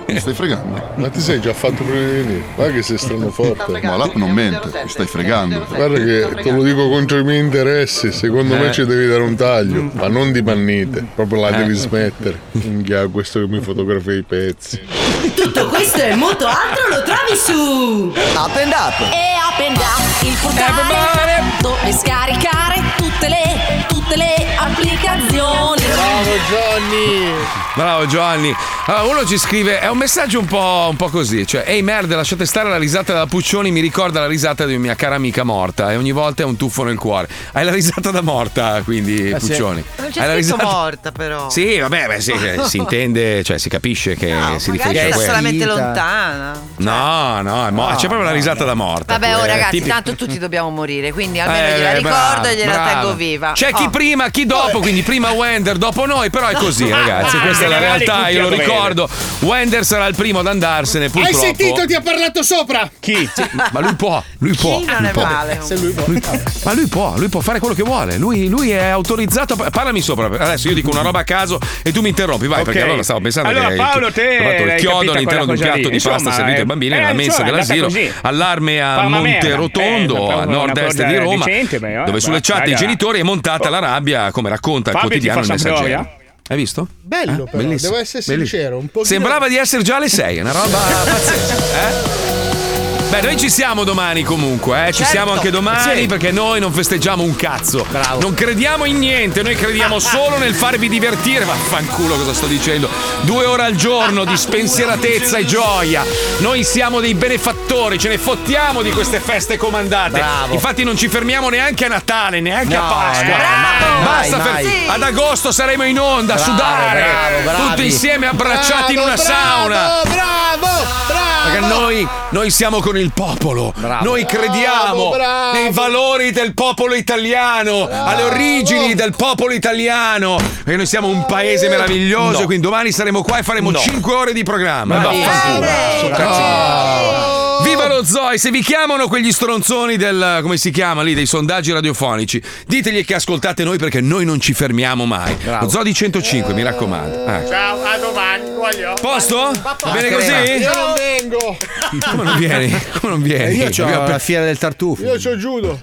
Mi stai fregando? Ma ti sei già fatto prima di venire? Guarda che sei strano forte. Ma l'app non mente, mi stai fregando. Guarda che te lo dico contro i miei interessi, secondo Eh. me ci devi dare un taglio, ma non di pannite, proprio la Eh. devi smettere. Minchia, questo che mi fotografia i pezzi. Tutto questo e molto altro lo trovi su Up and Up. E open up il portale dove scaricare tutte le, tutte le applicazioni. Johnny! Bravo Giovanni. Allora, uno ci scrive: è un messaggio un po', un po' così. Cioè, ehi merda, lasciate stare la risata della Puccioni, mi ricorda la risata di mia cara amica morta. E ogni volta è un tuffo nel cuore. Hai la risata da morta, quindi, Eh sì. Puccioni. Non c'è Hai la scritto risata- morta, però. Sì, vabbè, beh, sì, eh, si intende, cioè si capisce che si Magari riferisce a era quello. solamente lontana. No, no, è mo- No, c'è proprio la no, risata da morta. Vabbè, oh, Eh, ragazzi, tipi- tanto tutti dobbiamo morire, quindi almeno Eh, gliela beh, ricordo bravo, e gliela bravo. tengo viva. C'è chi Oh. Ah, prima, chi dopo, quindi prima Wender, dopo noi, però è così, ragazzi. Questa è la Generali realtà, tutti io lo a dovere. ricordo. Wender sarà il primo ad andarsene, Hai purtroppo. sentito? Ti ha parlato sopra! Chi? Ma lui può, lui può. lui può. Se lui può. Lui- ma lui può, lui può fare quello che vuole. Lui, lui è autorizzato. a- Parlami sopra. Adesso io dico una roba a caso e tu mi interrompi. Vai, Ok. perché allora stavo pensando Allora, che Paolo, che- te ho fatto il l'hai chiodo capita all'interno di un quella cosa piatto lì. di pasta Insomma, servito ai eh, bambini eh, nella mensa insomma, è andata dell'asilo. così. Allarme a Palma Monte Merda. Rotondo, Eh, a una nord-est cosa di Roma, decente, beh, dove vabbè, sulle chat dei raga. Oh. genitori è montata la rabbia, come racconta il Fabio ti quotidiano fa il messaggero. Sampdoria? Hai visto? Bello, Eh? però, Bellissimo. devo essere Bellissimo. sincero, un po' Sembrava di essere già alle 6, è una roba pazzesca. eh? Beh, noi ci siamo domani comunque, eh? ci Certo. siamo anche domani Sì. perché noi non festeggiamo un cazzo. Non crediamo in niente, noi crediamo solo nel farvi divertire. Vaffanculo cosa sto dicendo. Due ore al giorno di spensieratezza e gioia. Noi siamo dei benefattori, ce ne fottiamo di queste feste comandate. Bravo. Infatti non ci fermiamo neanche a Natale, neanche a No, Pasqua. no, mai, Basta mai, per- mai. ad agosto saremo in onda a Bravo, sudare. bravo, bravi. Tutti insieme abbracciati in Bravo, una bravo, sauna. Bravo! Bravo! Perché noi, noi siamo con il popolo, noi crediamo Bravo, bravo. nei valori del popolo italiano, alle origini del popolo italiano. E noi siamo un paese meraviglioso, No. quindi domani saremo qua e faremo No. 5 ore di programma. Ma Vaffanculo. vaffanculo. Ciao. Viva lo Zoe! Se vi chiamano quegli stronzoni del come si chiama lì, dei sondaggi radiofonici, ditegli che ascoltate noi perché noi non ci fermiamo mai. Lo Zoo di 105, mi raccomando. Ecco. Ciao, a domani, voglio. Posto? Va bene così? Io non vengo! Come non vieni? Come non vieni? Io ho Abbiamo la fiera del tartufo. Io c'ho Giudo!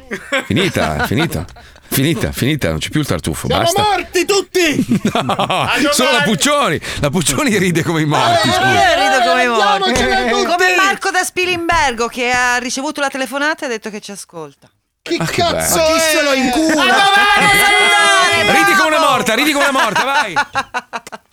Finita, è finita. Finita, finita, non c'è più il tartufo. Siamo basta. morti tutti! No, A solo la domani! Puccioni. La Puccioni ride come i morti. scusa. Eh, rido come vuoi. andiamocene tutti! Come Marco da Spilimbergo che ha ricevuto la telefonata e ha detto che ci ascolta. Che cazzo bello. è? Disselo in A culo! domani! Ridi come una morta, ridi come una morta, vai.